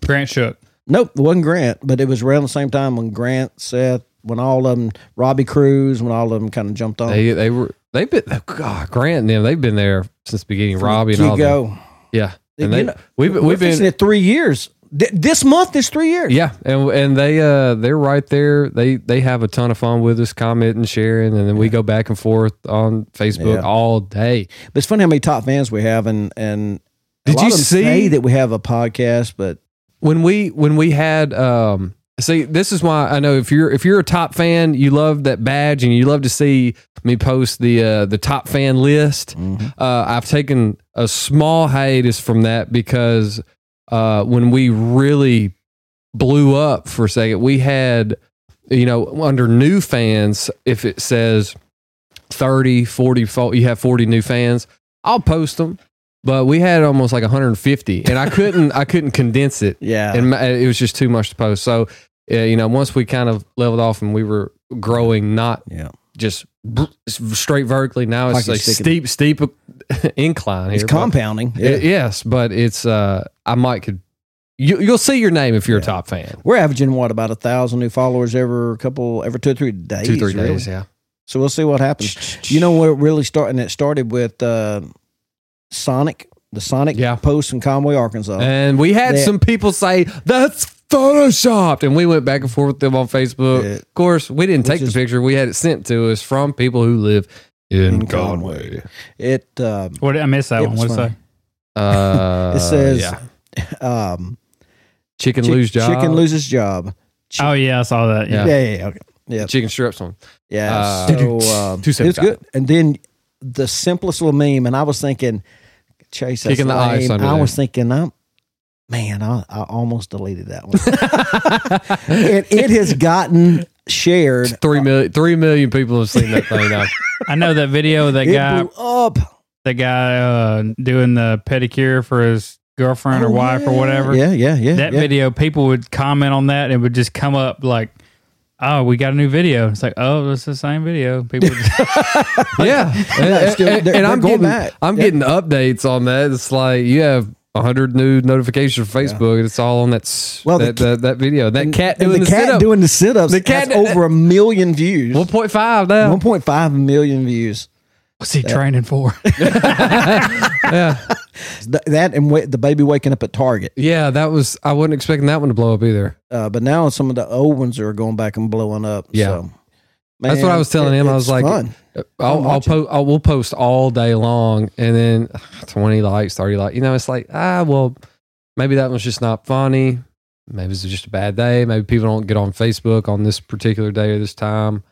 D: Grant shook.
B: Nope, it wasn't Grant, but it was around the same time when Grant, Seth, when all of them, Robbie Cruz, when all of them kind of jumped on.
A: They they were they've been oh, God Grant and them they've been there since the beginning. Robbie and all that.
B: Go.
A: Yeah, and
B: You
A: they
B: know,
A: we've
B: We're
A: been- we've
B: fixing
A: been
B: it three years. Th- this month is three years.
A: yeah, and and they uh they're right there. They they have a ton of fun with us, commenting, sharing, and then we go back and forth on Facebook
B: Yeah.
A: all day.
B: But it's funny how many top fans we have, and and a
A: Did
B: lot
A: you
B: of them
A: see-
B: say that we have a podcast? But
A: when we when we had um see this is why I know if you're if you're a top fan you love that badge and you love to see me post the uh, the top fan list uh, I've taken a small hiatus from that because uh, when we really blew up for a second we had you know under new fans if it says 30 40 fo- you have 40 new fans I'll post them but we had almost like 150 and I couldn't I couldn't condense it
B: yeah,
A: and ma- it was just too much to post. So, uh, you know, once we kind of leveled off and we were growing, not
B: yeah,
A: just br- straight vertically. Now it's
B: Like
A: a
B: it's
A: steep, steep incline here.
B: it's
A: but-
B: compounding.
A: Y- yes, but it's uh, I might could you, you'll see your name if you're a top fan.
B: We're averaging what about a thousand new followers every couple, every two or three days.
A: Two three
B: really.
A: days, yeah.
B: So we'll see what happens. you know what really started? And it started with uh, Sonic, the Sonic
A: Yeah. Eh.
B: post in Conway, Arkansas.
A: And we had
B: That-
A: some people say that's photoshopped, and we went back and forth with them on Facebook.
B: Yeah.
A: Of course, we didn't
B: Which
A: take
B: is-
A: the picture; we had it sent to us from people who live in,
B: In
A: Conway.
B: Conway. It um,
D: What I missed that
B: It
D: one.
B: was
D: What's
B: funny.
D: that?
A: Uh,
B: it says
A: yeah.
B: um,
A: chicken
B: chick-
A: lose job.
B: chicken loses job.
D: Oh yeah, I saw that. Yeah.
B: Yeah, yeah, yeah, okay.
A: the chicken strips on.
B: Yeah.
A: Uh,
B: so, um,
A: two
B: it
A: seconds.
B: was good. And then the simplest little meme, and I was thinking, Chase, that's
A: Kicking the ice
B: lame.
A: under
B: I
A: there.
B: was thinking, I'm, man, I, I almost deleted that one. and it has gotten shared.
A: Three million, three million people have seen that thing now.
D: I know that video of that
B: It
D: guy,
B: blew up.
D: the guy uh, doing the pedicure for his girlfriend or
B: Oh,
D: wife or
B: yeah.
D: whatever.
B: Yeah, yeah, yeah,
D: That
B: yeah.
D: video, people would comment on that and it would just come up like, "Oh, we got a new video." It's like, "Oh, it's the same video." People,
A: yeah, and,
B: it's
A: and-
B: still- they're-
A: and
B: they're
A: I'm
B: going
A: getting
B: back.
A: I'm
B: Yeah.
A: getting updates on that. It's like you have hundred new notifications from Facebook, and it's all on that s-
B: Well, the
A: that,
B: ki-
A: that, that video. That cat
B: And
A: doing
B: the
A: the,
B: cat
A: sit-up.
B: doing the sit ups.
A: The
B: The
A: cat
B: cat
A: did-
B: over a million views.
A: 1.5 now.
B: 1.5 million views.
D: What's he training for?
B: Th- that and wa- the baby waking up at Target.
A: Yeah, that was. I wasn't expecting that one to blow up either.
B: Uh, but now some of the old ones are going back and blowing up.
A: Yeah.
B: So,
A: That's what I
B: man,
A: was telling
B: it-
A: him. I
B: it's
A: was like,
B: fun.
A: I'll, I'll
B: watching.
A: post. I'll, we'll post all day long, and then ugh, twenty likes, thirty likes. You know, it's like ah, well, maybe that one's just not funny. Maybe it's just a bad day. Maybe people don't get on Facebook on this particular day or this time.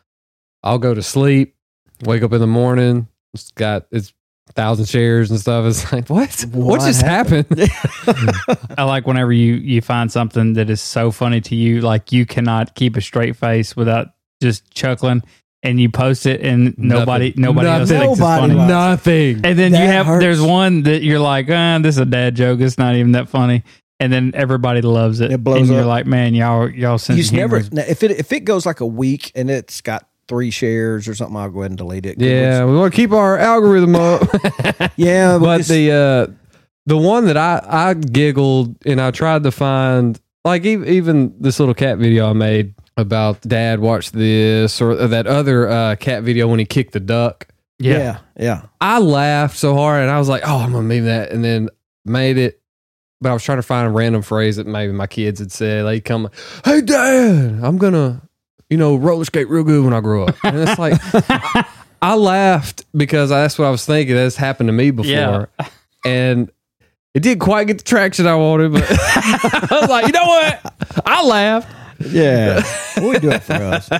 A: I'll go to sleep, wake up in the morning. It's got it's thousand shares and stuff. It's like what? What,
B: What
A: just happened?
D: I like whenever you you find something that is so funny to you, like you cannot keep a straight face without just chuckling, and you post it, and nobody
A: Nothing.
D: nobody else
A: Nothing.
D: thinks
B: Nobody
D: it's funny.
B: likes
A: Nothing.
D: And then you
B: That
D: have
B: hurts.
D: there's one that you're like, uh, this is a dad joke. It's not even that funny. And then everybody loves it.
B: It blows
D: and you're
B: up.
D: like, man, y'all y'all
B: You
D: sense
B: just never now, if it if it goes like a week and it's got three shares or something, I'll go ahead and delete it. 'Cause
A: Yeah, we want to keep our algorithm up.
B: it's- yeah. we
A: but
B: just-
A: the uh the one that I I giggled and I tried to find like ev- even this little cat video I made about dad watched this or that other uh, cat video when he kicked the duck.
D: yeah.
B: yeah yeah
A: I laughed so hard and I was like, oh, I'm gonna meme that, and then made it. But I was trying to find a random phrase that maybe my kids had said. They come, hey dad, I'm gonna, you know, roller skate real good when I grow up. And it's like, I, I laughed because that's what I was thinking. That's happened to me before,
D: Yeah.
A: and it didn't quite get the traction I wanted. But I was like, you know what? I laughed.
B: yeah. we do it for us.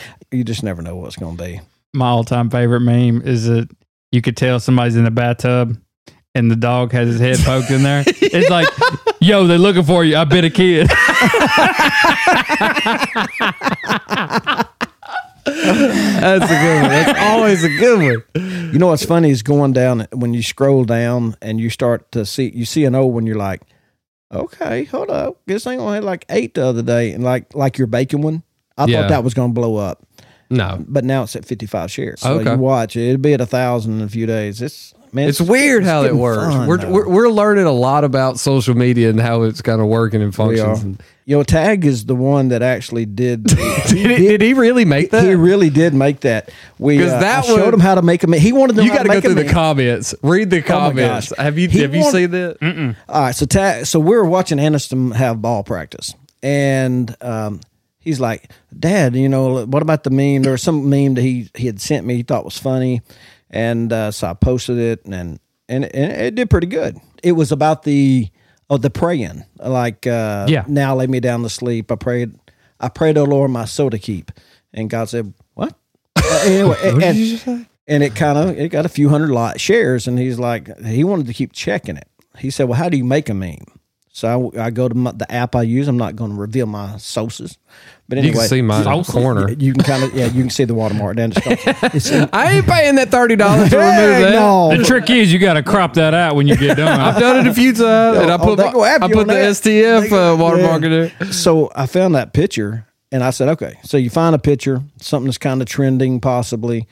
B: you just never know what's going to be.
D: my all time favorite meme is that you could tell somebody's in the bathtub and the dog has his head poked in there. It's like, yo, they're looking for you. I bit a kid.
A: That's a good one. That's always a good one.
B: You know what's funny is going down when you scroll down and you start to see you see an old one. You're like, okay, hold up, this thing only had like eight the other day, and like like your bacon one. I
A: Yeah.
B: thought that was going to blow up,
A: No,
B: but now it's at 55 shares. So
A: Okay.
B: you watch it; it'll be at a thousand in a few days. It's man,
A: It's weird how it
B: getting
A: works.
B: fun,
A: we're,
B: though.
A: we're we're learning a lot about social media and how it's kind of working and functions. And-
B: Yo, Tag is the one that actually did.
A: Did, he, did he really make that?
B: He really did make that. We
A: 'Cause
B: uh,
A: that
B: I showed
A: would-
B: him how to make a meme. He wanted them
A: you
B: how
A: got to
B: to
A: go
B: make a
A: through the
B: meme.
A: comments. Read the
B: Oh my
A: comments.
B: gosh.
A: Have you
B: He
A: have you
B: want-
A: seen that?
B: All right, so ta- so we were watching Aniston have ball practice, and um, he's like, "Dad, you know what about the meme? There was some meme that he he had sent me. He thought was funny, and uh, so I posted it, and and it, and it did pretty good. It was about the oh the praying, like uh,
D: Yeah.
B: Now lay me down to sleep. I prayed, I prayed, oh Lord, my soul to keep, and God said, what? Uh, anyway, and, and, it kind of it got a few hundred lot shares, and he's like, he wanted to keep checking it. He said, well, how do you make a meme? So I, I go to my, the app I use. I'm not going to reveal my sources, but
A: You
B: anyway,
A: can see mine in the corner.
B: You can kind of yeah, you can see the watermark down. It's in,
A: I ain't paying that thirty dollars to remove
B: Hey,
A: that.
B: no.
D: the trick is you got to crop that out when you get
A: I've
D: done.
A: done it a few times, and I
B: Oh,
A: put
B: they
A: my-
B: go after
A: I
B: you
A: put
B: on
A: the
B: that.
A: STF
B: They go-
A: uh, watermark
B: Yeah.
A: in there.
B: So I found that picture and I said, okay, so you find a picture, something that's kind of trending possibly.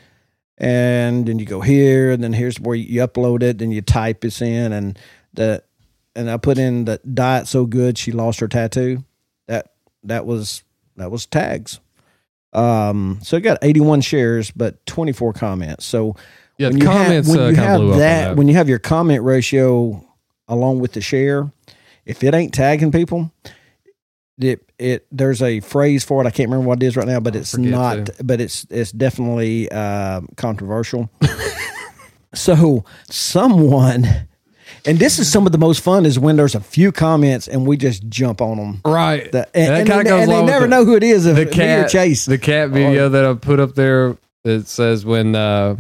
B: And then you go here, and then here's where you upload it, and you type this in, and the and I put in the diet so good she lost her tattoo. That that was that was tags. Um, so it got 81 shares, but 24 comments. So
A: Yeah,
B: when
A: the
B: you have-
A: comments
B: when
A: uh,
B: you
A: kind of
B: have
A: blew up. on
B: that,
A: that.
B: when you have your comment ratio along with the share, if it ain't tagging people, it it there's a phrase for it. I can't remember what it is right now, but it's
A: forget
B: not. But it's it's definitely uh, um controversial. so someone And this is some of the most fun is when there's a few comments and we just jump on them.
A: Right.
B: The, and
A: That
B: and
A: kinda
B: they,
A: goes
B: and they
A: along with
B: never
A: the-
B: know who it is. If
A: the
B: the cat,
A: cat
B: Chase. Oh.
A: the cat video that I put up there that says when uh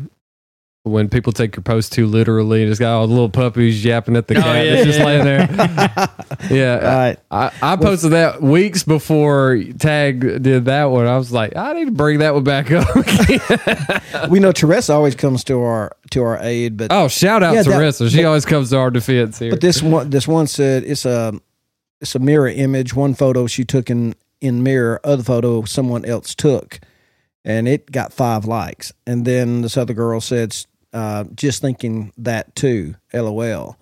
A: when people take your post too literally and it's got all the little puppies yapping at the
D: Oh,
A: cat
D: yeah,
A: that's just
D: yeah.
A: laying there. yeah. I, I posted that weeks before Tag did that one. I was like, I need to bring that one back up.
B: we know Teresa always comes to our to our aid, but
A: oh, shout out
B: Yeah,
A: to
B: that-
A: Rissa. She
B: but-
A: always comes to our defense here.
B: But this one, this one said it's a it's a mirror image. One photo she took in in mirror, other photo someone else took, and it got five likes. And then this other girl said, uh, "Just thinking that too." LOL.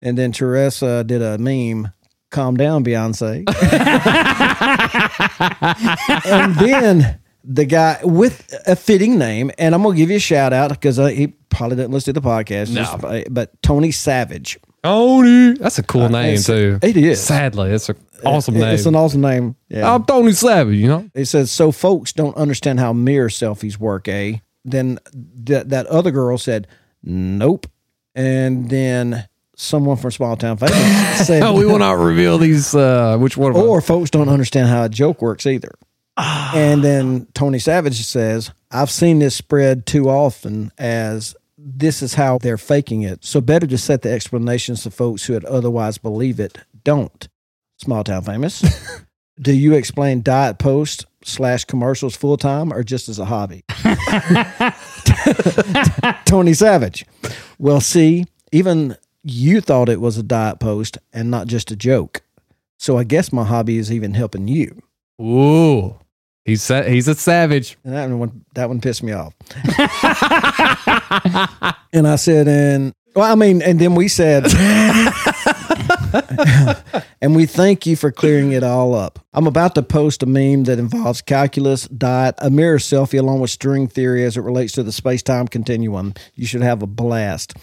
B: And then Teresa did a meme. Calm down, Beyonce. and then the guy with a fitting name, and I'm gonna give you a shout out because uh, he probably doesn't listen to the podcast.
A: No.
B: just- uh, but Tony Savage.
A: Tony. That's a cool name,
B: Uh, it's-
A: too.
B: it is.
A: Sadly, it's an awesome
B: It-
A: name.
B: It's an awesome name. Yeah.
A: I'm Tony Savage, you know?
B: It says, so folks don't understand how mirror selfies work, eh? Then th- that other girl said, nope. And then someone from Small Town Famous said,
A: Oh, we will not reveal these. Uh, which one? Of
B: or folks don't understand how a joke works either. and then Tony Savage says, I've seen this spread too often as this is how they're faking it. So better to set the explanations to folks who would otherwise believe it don't. Small town famous. Do you explain diet posts slash commercials full time or just as a hobby? Tony Savage. Well, see, even you thought it was a diet post and not just a joke. So I guess my hobby is even helping you.
A: Ooh, he's sa- he's a savage.
B: And that one, that one pissed me off. and I said, and well, I mean, and then we said, and we thank you for clearing it all up. I'm about to post a meme that involves calculus, diet, a mirror selfie, along with string theory as it relates to the space time continuum. You should have a blast.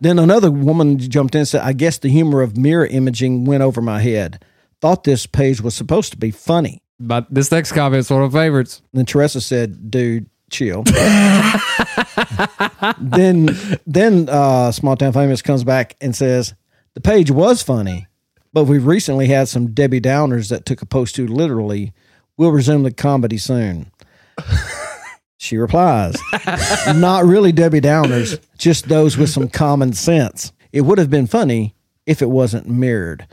B: Then another woman jumped in and said, I guess the humor of mirror imaging went over my head. Thought this page was supposed to be funny.
A: But this next comment is one of my favorites.
B: And then Teresa said, "Dude, chill." then, then uh, small town famous comes back and says, "The page was funny, but we recently had some Debbie Downers that took a post too literally. We'll resume the comedy soon." she replies, "Not really Debbie Downers, just those with some common sense. It would have been funny if it wasn't mirrored."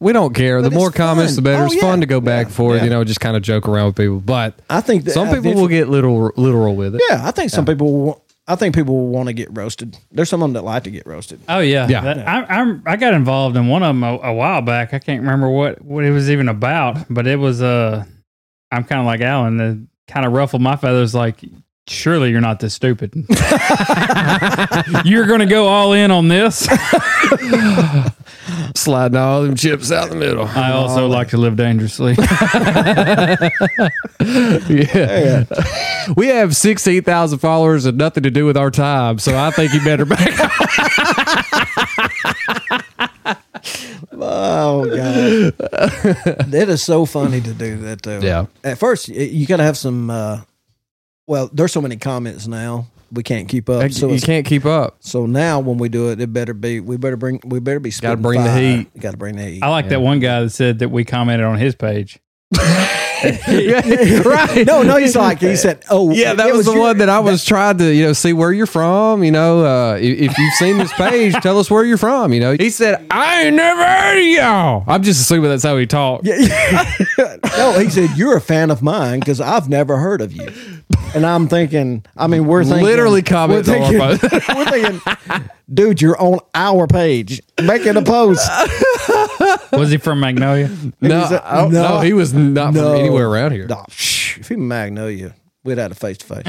A: We don't care. the
B: But
A: more
B: it's
A: comments,
B: fun.
A: the better.
B: Oh,
A: it's
B: yeah.
A: fun to go back for
B: yeah.
A: you know, just kind of joke around with people. But
B: I think that
A: some people will get literal literal with it.
B: Yeah, I think some people. Will, I think people will want to get roasted. There's some of them that like to get roasted.
D: Oh yeah,
A: Yeah.
D: That- I, I'm, I got involved in one of them a, a while back. I can't remember what what it was even about, but it was uh, I'm kind of like Alan. That kind of ruffled my feathers. Like, surely you're not this stupid. you're gonna go all in on this.
A: Sliding all them chips out the middle.
D: I also like to live dangerously.
A: yeah. we have sixteen thousand followers and nothing to do with our time, so I think you better back up.
B: Oh god, that is so funny to do that though.
A: Yeah.
B: At first, y- you gotta have some. Uh, well, there's so many comments now we can't keep up. so
A: you
B: it's-
A: can't keep up.
B: So now when we do it, it better be we better bring we better be spitting
A: bring the
B: fire.
A: heat.
B: Got to bring the heat.
D: I like that one guy that said that we commented on his page.
A: right.
B: no, no, he's like he said. Oh,
A: Yeah, that
B: it
A: was, the
B: your-
A: one that I was trying to, you know, see where you're from. You know, uh, i- if you've seen this page, tell us where you're from. You know, he said, I ain't never heard of y'all. I'm just assuming that's how he talked.
B: no, he said you're a fan of mine because I've never heard of you. And I'm thinking, I mean, we're thinking,
A: Literally
B: we're
A: commented on
B: thinking,
A: our
B: we're thinking, dude, you're on our page making a post.
D: Was he from Magnolia?
A: No,
B: He's a-
A: I don't- no,
B: no.
A: he was not
B: No.
A: from anywhere around here.
B: Nah, psh, if he Magnolia, we'd had a face to face.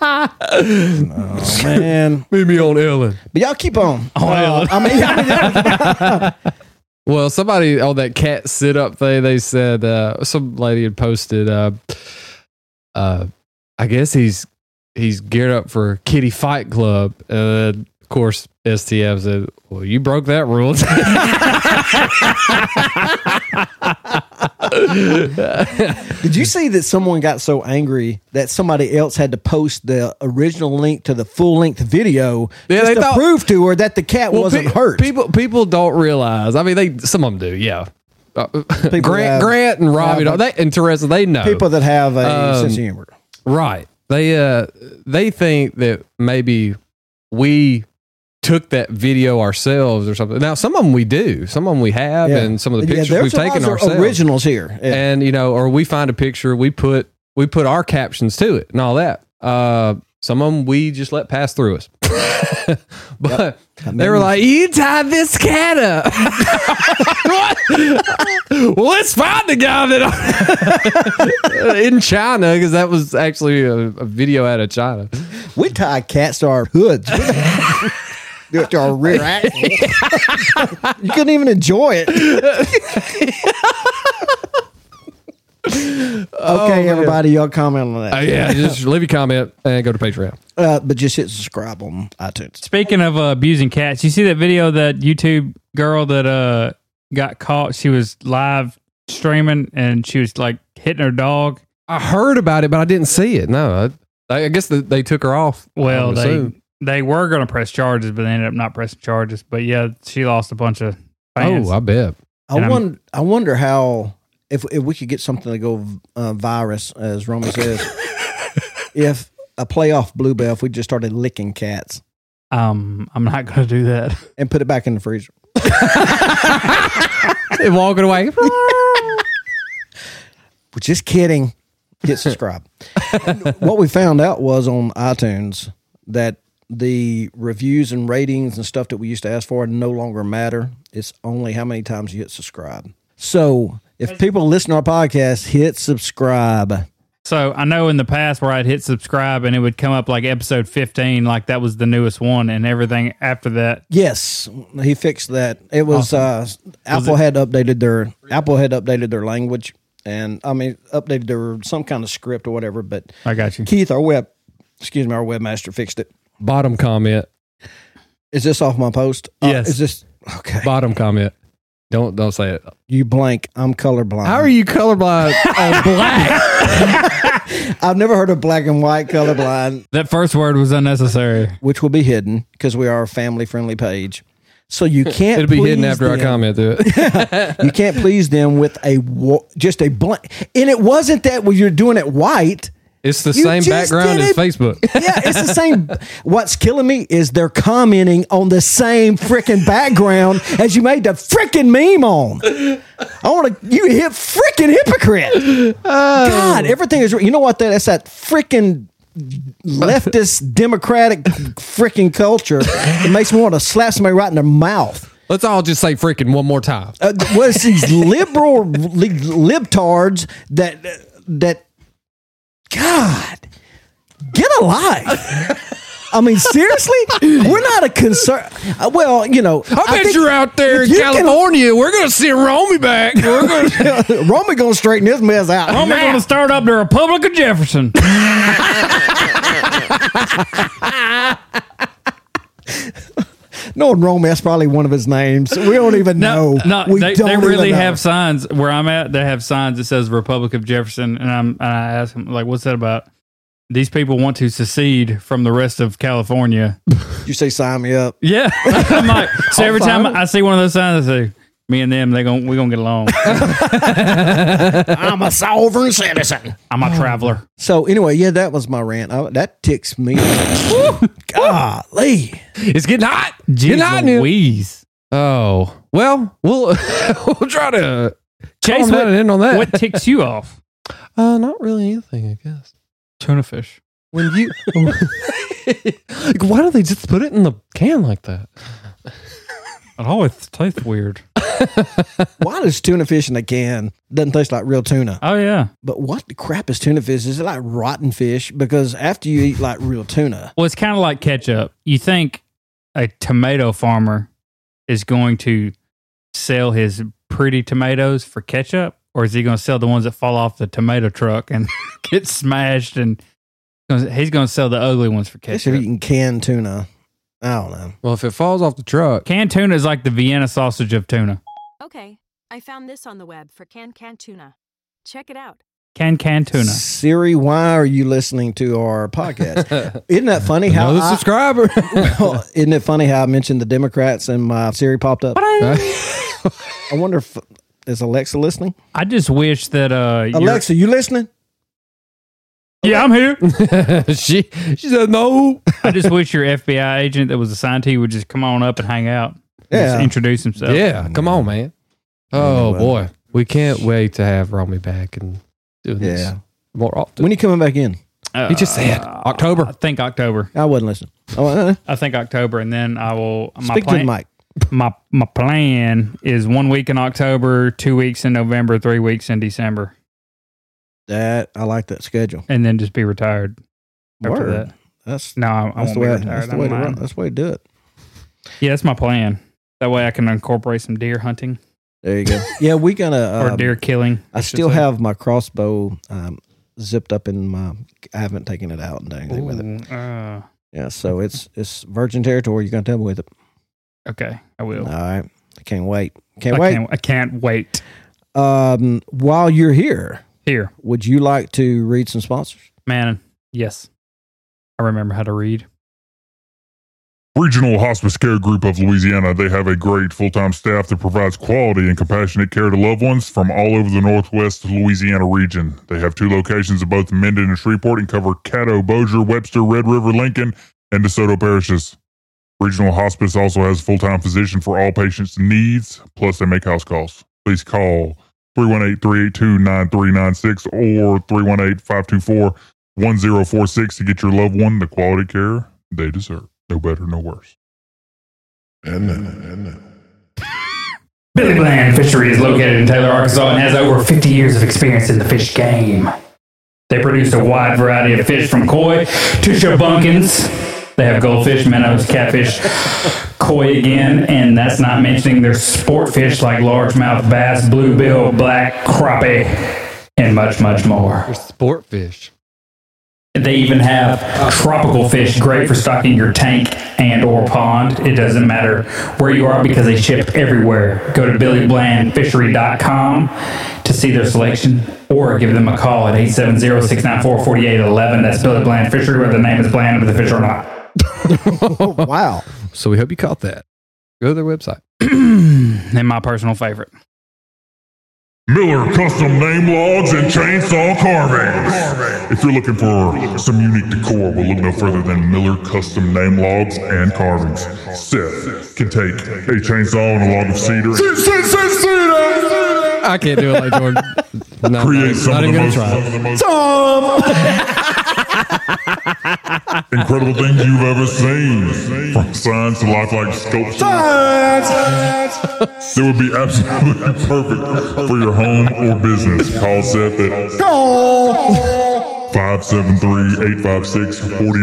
B: Oh man,
A: Meet me on Ellen.
B: but y'all keep on. Uh, I mean, I mean,
A: Well, somebody on that cat sit up thing, they said uh, some lady had posted. Uh, uh, I guess he's he's geared up for Kitty Fight Club. Uh, of course, STF said, "Well, you broke that rule."
B: Did you see that someone got so angry that somebody else had to post the original link to the full length video
A: Yeah,
B: just
A: they
B: to
A: thought-
B: prove to her that the cat wasn't
A: pe-
B: hurt?
A: People people don't realize. I mean, they some of them do. Yeah. Uh, Grant
B: have-
A: Grant and Robbie
B: have a-
A: don't- they, and Teresa they know
B: People that have a
A: um,
B: sense of humor.
A: Right. They uh they think that maybe we took that video ourselves or something. Now some of them we do. Some of them we have,
B: Yeah.
A: and some of the
B: Yeah,
A: pictures
B: there's
A: we've
B: a lot
A: taken
B: of
A: ourselves.
B: originals here.
A: and you know, or we find a picture, we put we put our captions to it and all that. Uh, some of them we just let pass through us. but they were like, "You tied this cat up." what? well, let's find the guy that in China because that was actually a, a video out of China.
B: We tie cats to our hoods. Do it to our rear axle. you couldn't even enjoy it.
A: Oh,
B: okay, everybody, y'all comment on that.
A: Uh, yeah, just leave a comment and go to Patreon.
B: Uh, but just hit subscribe on iTunes.
D: Speaking of uh, abusing cats, you see that video of that YouTube girl that uh got caught. She was live streaming and she was like hitting her dog.
A: I heard about it, but I didn't see it. No, I, I guess that they took her off. I
D: Well,
A: would
D: they
A: assume.
D: they were going to press charges, but they ended up not pressing charges. But yeah, she lost a bunch of fans.
A: oh, I bet.
D: And
B: I
D: I'm-
B: wonder, I wonder how if if we could get something to go uh, virus, as Romy says, if a playoff bluebell, if we just started licking cats
D: Um, I'm not going to do that.
B: and put it back in the freezer.
A: and walking away.
B: We're just kidding. Hit subscribe. what we found out was on iTunes that the reviews and ratings and stuff that we used to ask for no longer matter. It's only how many times you hit subscribe. So if people listen to our podcast, hit subscribe.
D: So I know in the past where I'd hit subscribe and it would come up like episode 15, like that was the newest one, and everything after that.
B: Yes, he fixed that. It was uh, Apple had updated their Apple had updated their language, and I mean updated their some kind of script or whatever. But
D: I got you.
B: Keith, our web, excuse me, our webmaster fixed it.
A: Bottom comment.
B: Is this off my post? Uh,
A: Yes.
B: is this okay?
A: Bottom comment. Don't don't say it.
B: You blank. I'm colorblind.
A: How are you colorblind on black?
B: I've never heard of black and white colorblind,
D: That first word was unnecessary.
B: which will be hidden because we are a family friendly page. So you can't.
A: It'll be hidden
B: please
A: after I
B: them.
A: comment to it.
B: you can't please them with a wa- just a blank. And it wasn't that when you're doing it white.
A: It's the
B: You
A: same
B: just
A: background
B: did
A: as
B: it.
A: Facebook.
B: Yeah, it's the same. What's killing me is they're commenting on the same freaking background as you made the freaking meme on. I want to. You hit freaking hypocrite.
A: Oh.
B: God, everything is. You know what? That, that's that freaking leftist democratic freaking culture. It makes me want to slap somebody right in their mouth.
A: Let's all just say freaking one more time.
B: Uh, well, it's these liberal li- libtards that that God get a life. I mean, seriously, we're not a concern. Uh, well, you know,
A: I, bet you're out there in California. We're gonna send Romy back. We're gonna
B: California. Roman gonna straighten this mess out.
D: I'm going to start up the Republic of Jefferson.
B: No, Roman, that's probably one of his names. We don't even
D: No,
B: know.
D: no,
B: we
D: they, they
B: even
D: really
B: know.
D: have signs where I'm at. They have signs that says Republic of Jefferson, and I'm and I ask them like, "What's that about?" These people want to secede from the rest of California.
B: You say sign me up.
D: Yeah, I'm like, so every
B: fine.
D: time I see one of those signs, I say, "Me and them, they going we gonna get along."
B: I'm a sovereign citizen.
D: I'm a traveler.
B: So anyway, yeah, that was my rant. I, that ticks me. Golly.
A: It's getting hot.
D: Jeez
A: Getting hot in here.
D: Louise.
A: Oh well, we'll we'll try to
D: Chase,
A: calm down and
D: what,
A: end on that.
D: what ticks you off?
A: Uh, not really anything, I guess.
D: Tuna fish.
A: When you, like, why do they just put it in the can like that?
D: It always tastes weird.
B: Why does tuna fish in a can doesn't taste like real tuna?
D: Oh yeah.
B: But what the crap is tuna fish? Is it like rotten fish? Because after you eat like real tuna,
D: Well, it's kind of like ketchup. You think a tomato farmer is going to sell his pretty tomatoes for ketchup, or is he going to sell the ones that fall off the tomato truck and get smashed? And he's going to sell the ugly ones for
B: I guess you're
D: ketchup.
B: eating canned tuna. I don't know.
A: Well, if it falls off the truck,
D: Canned tuna is like the Vienna sausage of tuna.
L: Okay, I found this on the web for can can tuna. Check it out.
D: Can can tuna.
B: Siri, why are you listening to our podcast? isn't that funny how
D: Another
B: subscriber? well, isn't it funny how I mentioned the Democrats and my Siri popped up? I wonder if is Alexa listening?
D: I just wish that uh your-
B: Alexa, you listening?
D: Yeah, I'm here. she she said no. I just wish your FBI agent that was assigned to you would just come on up and hang out.
A: Yeah.
D: Just introduce himself.
A: Yeah, come on, man. Oh boy, we can't wait to have Romy back and do this
B: Yeah.
A: more often.
B: When you coming back in?
A: he just said October.
D: Uh, I think October.
B: I wasn't listening. Oh, uh,
D: I think October, and then I will. My
B: Speak to the
D: plan,
B: mic.
D: My my plan is one week in October, two weeks in November, three weeks in December,
B: that I like that schedule.
D: and then just be retired after
B: Word.
D: that.
B: That's
D: no, I, I
B: that's
D: won't
B: the
D: be
B: way.
D: retired.
B: That's the
D: I'm
B: way, to run,
D: lying.
B: that's the way to do it.
D: Yeah, that's my plan. That way, I can incorporate some deer hunting
B: There you go. Yeah, we gonna
D: or deer killing.
B: Um, I
D: should
B: still
D: say.
B: have my crossbow um, zipped up in my. I haven't taken it out and done anything with it.
D: Ooh, uh,
B: Yeah, so it's it's virgin territory. You're gonna tell me with it.
D: okay, I will.
B: All right, I can't wait. Can't
D: I
B: wait.
D: Can't, I can't wait.
B: Um, while you're here,
D: here,
B: would you like to read some sponsors?
D: Man, yes. I remember how to read.
I: Regional Hospice Care Group of Louisiana, they have a great full time staff that provides quality and compassionate care to loved ones from all over the Northwest Louisiana region. They have two locations in both Minden and Shreveport and cover Caddo, Bossier, Webster, Red River, Lincoln, and DeSoto parishes. Regional Hospice also has a full time physician for all patients' needs, plus they make house calls. Please call 318 382 9396 or 318 524 1046 to get your loved one the quality care they deserve. No better, no worse. And
M: Billy Bland Fishery is located in Taylor, Arkansas, and has over 50 years of experience in the fish game. They produce a wide variety of fish from koi to shabunkins. They have goldfish, minnows, catfish, koi again, and that's not mentioning their sport fish like largemouth bass, bluebill, black crappie, and much, much more.
A: Sport fish.
M: They even have tropical fish, great for stocking your tank and or pond. It doesn't matter where you are because they ship everywhere. Go to billyblandfishery.com to see their selection or give them a call at 870-694-4811. That's Billy Bland Fishery, whether the name is Bland whether the fish or not.
B: Oh, wow.
A: So we hope you caught that. Go to their website.
D: and my personal favorite.
I: Miller Custom Name Logs and Chainsaw Carvings. If you're looking for some unique decor, we'll look no further than Miller Custom Name Logs and Carvings. Seth can take a chainsaw and a log of cedar.
A: I can't do it like Jordan. No,
I: Create some
A: not
I: of
A: even gonna
I: the most-
A: try.
I: some of the most
K: Tom!
I: incredible things you've ever seen. From signs to lifelike sculptures. It would be absolutely perfect for your home or business. Call Seth at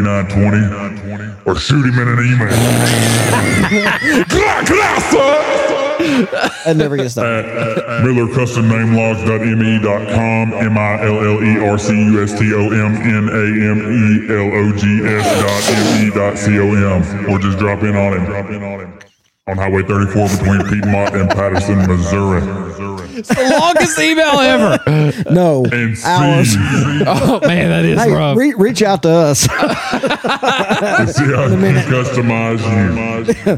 I: 573-856-4920 or shoot him in an email. Glock, glock, son!
B: I never get
I: At E MillerCustomNameLogs.me.com, E M-I-L-L-E-R-C-U-S-T-O-M-N-A-M-E-L-O-G-S dot M-E dot C-O-M. Or just drop in on him. Drop in on him on Highway 34 between Piedmont and Patterson, Missouri.
A: It's the longest email ever.
B: No.
I: And see
B: Hours.
A: Oh, man, that is
B: Hey,
A: rough.
B: re- reach out to us.
I: and see how you customize you.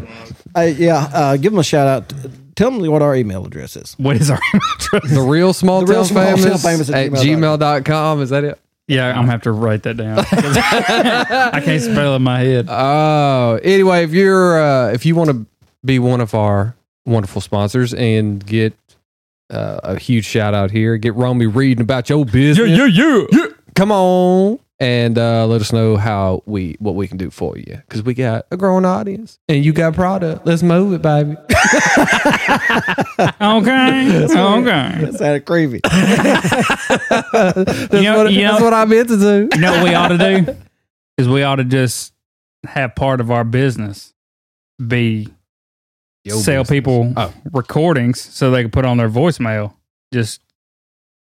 B: Hey, yeah, uh, give them a shout out. Tell them what our email address is.
D: What is our email address?
A: The real small
B: The Real
A: town
B: Small Town
A: famous,
B: Famous at
A: at
B: gmail
A: gmail.com. Is that it?
D: Yeah, I'm gonna have to write that down. I can't spell it in my head.
A: Oh, anyway, if you're uh, if you want to be one of our wonderful sponsors and get uh, a huge shout out here, get Romy reading about your business.
D: yeah, yeah,
A: yeah. Come on and uh, let us know how we what we can do for you because we got a growing audience and you got product. Let's move it, baby.
D: Okay. okay.
B: That's kind of creepy.
A: That's, what, that's what I meant to do.
D: You know what we ought to do? Is we ought to just have part of our business be
A: Your
D: sell
A: business.
D: people
A: Oh.
D: recordings so they can put on their voicemail. Just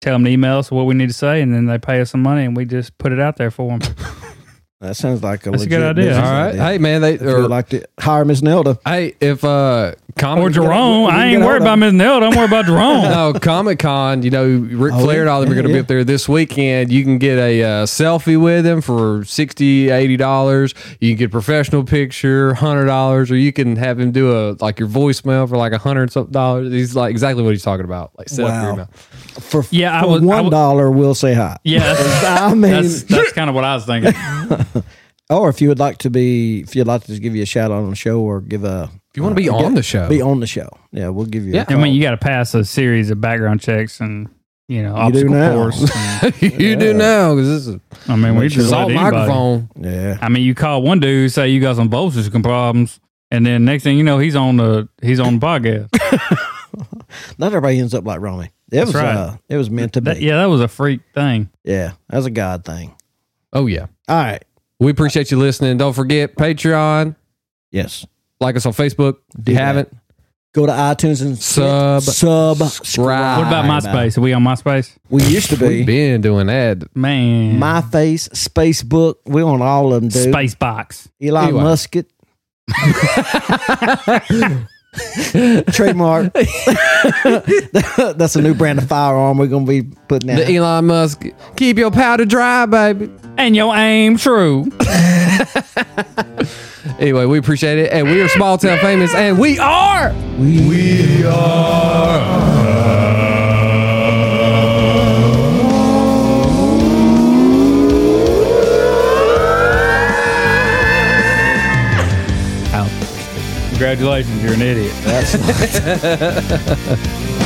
D: tell them to email us what we need to say, and then they pay us some money, and we just put it out there for them.
B: That sounds like a
A: That's a
B: legit
A: good idea.
B: business
A: All right. Hey, man, they
B: or, like to hire Miss Nelda.
A: Hey, if uh,
D: Or Jerome. I ain't worried about Miss Nell. Don't worry about Jerome.
A: no, Comic Con, you know, Ric
D: Oh,
A: Flair and all them are
D: yeah,
A: going to
D: yeah.
A: be up there this weekend. You can get a uh, selfie with him for 60 $80. You can get a professional picture, $100, or you can have him do a like your voicemail for like a 100 something dollars. He's like exactly what he's talking about. Like, set up your
B: Wow.
A: email.
B: for
D: yeah, I
B: for
D: was- I
B: one
D: was-
B: dollar. We'll say hi.
D: Yeah, that's,
B: I mean-
D: that's, that's kind of what I was thinking.
B: Or if you would like to be, if you'd like to just give you a shout out on the show, or give a.
A: If you want to be on the show.
B: be on the show. Yeah, we'll give you.
D: Yeah,
B: Yeah,
D: I mean, you got to pass a series of background checks and you know
B: You do
D: obstacle
B: now.
D: course.
A: you do now because this is.
D: I mean, we
A: Make sure
D: just
A: it's
D: let
A: all
D: anybody.
A: microphone.
B: Yeah.
D: I mean, you call one dude, say you got some bolster problems, and then next thing you know, he's on the he's on the podcast.
B: Not everybody ends up like Romy. It
D: That's
B: was
D: right.
B: uh, it was meant to be.
D: That- yeah, that was a freak thing.
B: Yeah, that was a God thing.
A: Oh, yeah.
B: All right.
A: We appreciate you listening. Don't forget Patreon.
B: Yes.
A: Like us on Facebook. If you
B: that.
A: haven't,
B: Go to iTunes and
A: sub
B: subscribe.
D: What about MySpace? Are we on MySpace?
B: We used to
A: We've
B: be
A: been doing that.
D: Man,
B: my face, Spacebook. We on all of them, dude.
D: Spacebox.
B: Elon
D: Anyway.
B: Musk it. Trademark. That's a new brand of firearm we're gonna be putting out.
A: The Elon Musk. Keep your powder dry, baby.
D: And your aim true.
A: Anyway, we appreciate it. And we are Small Town Famous. And we are.
B: We,
D: Congratulations, you're an idiot.
B: That's
A: are.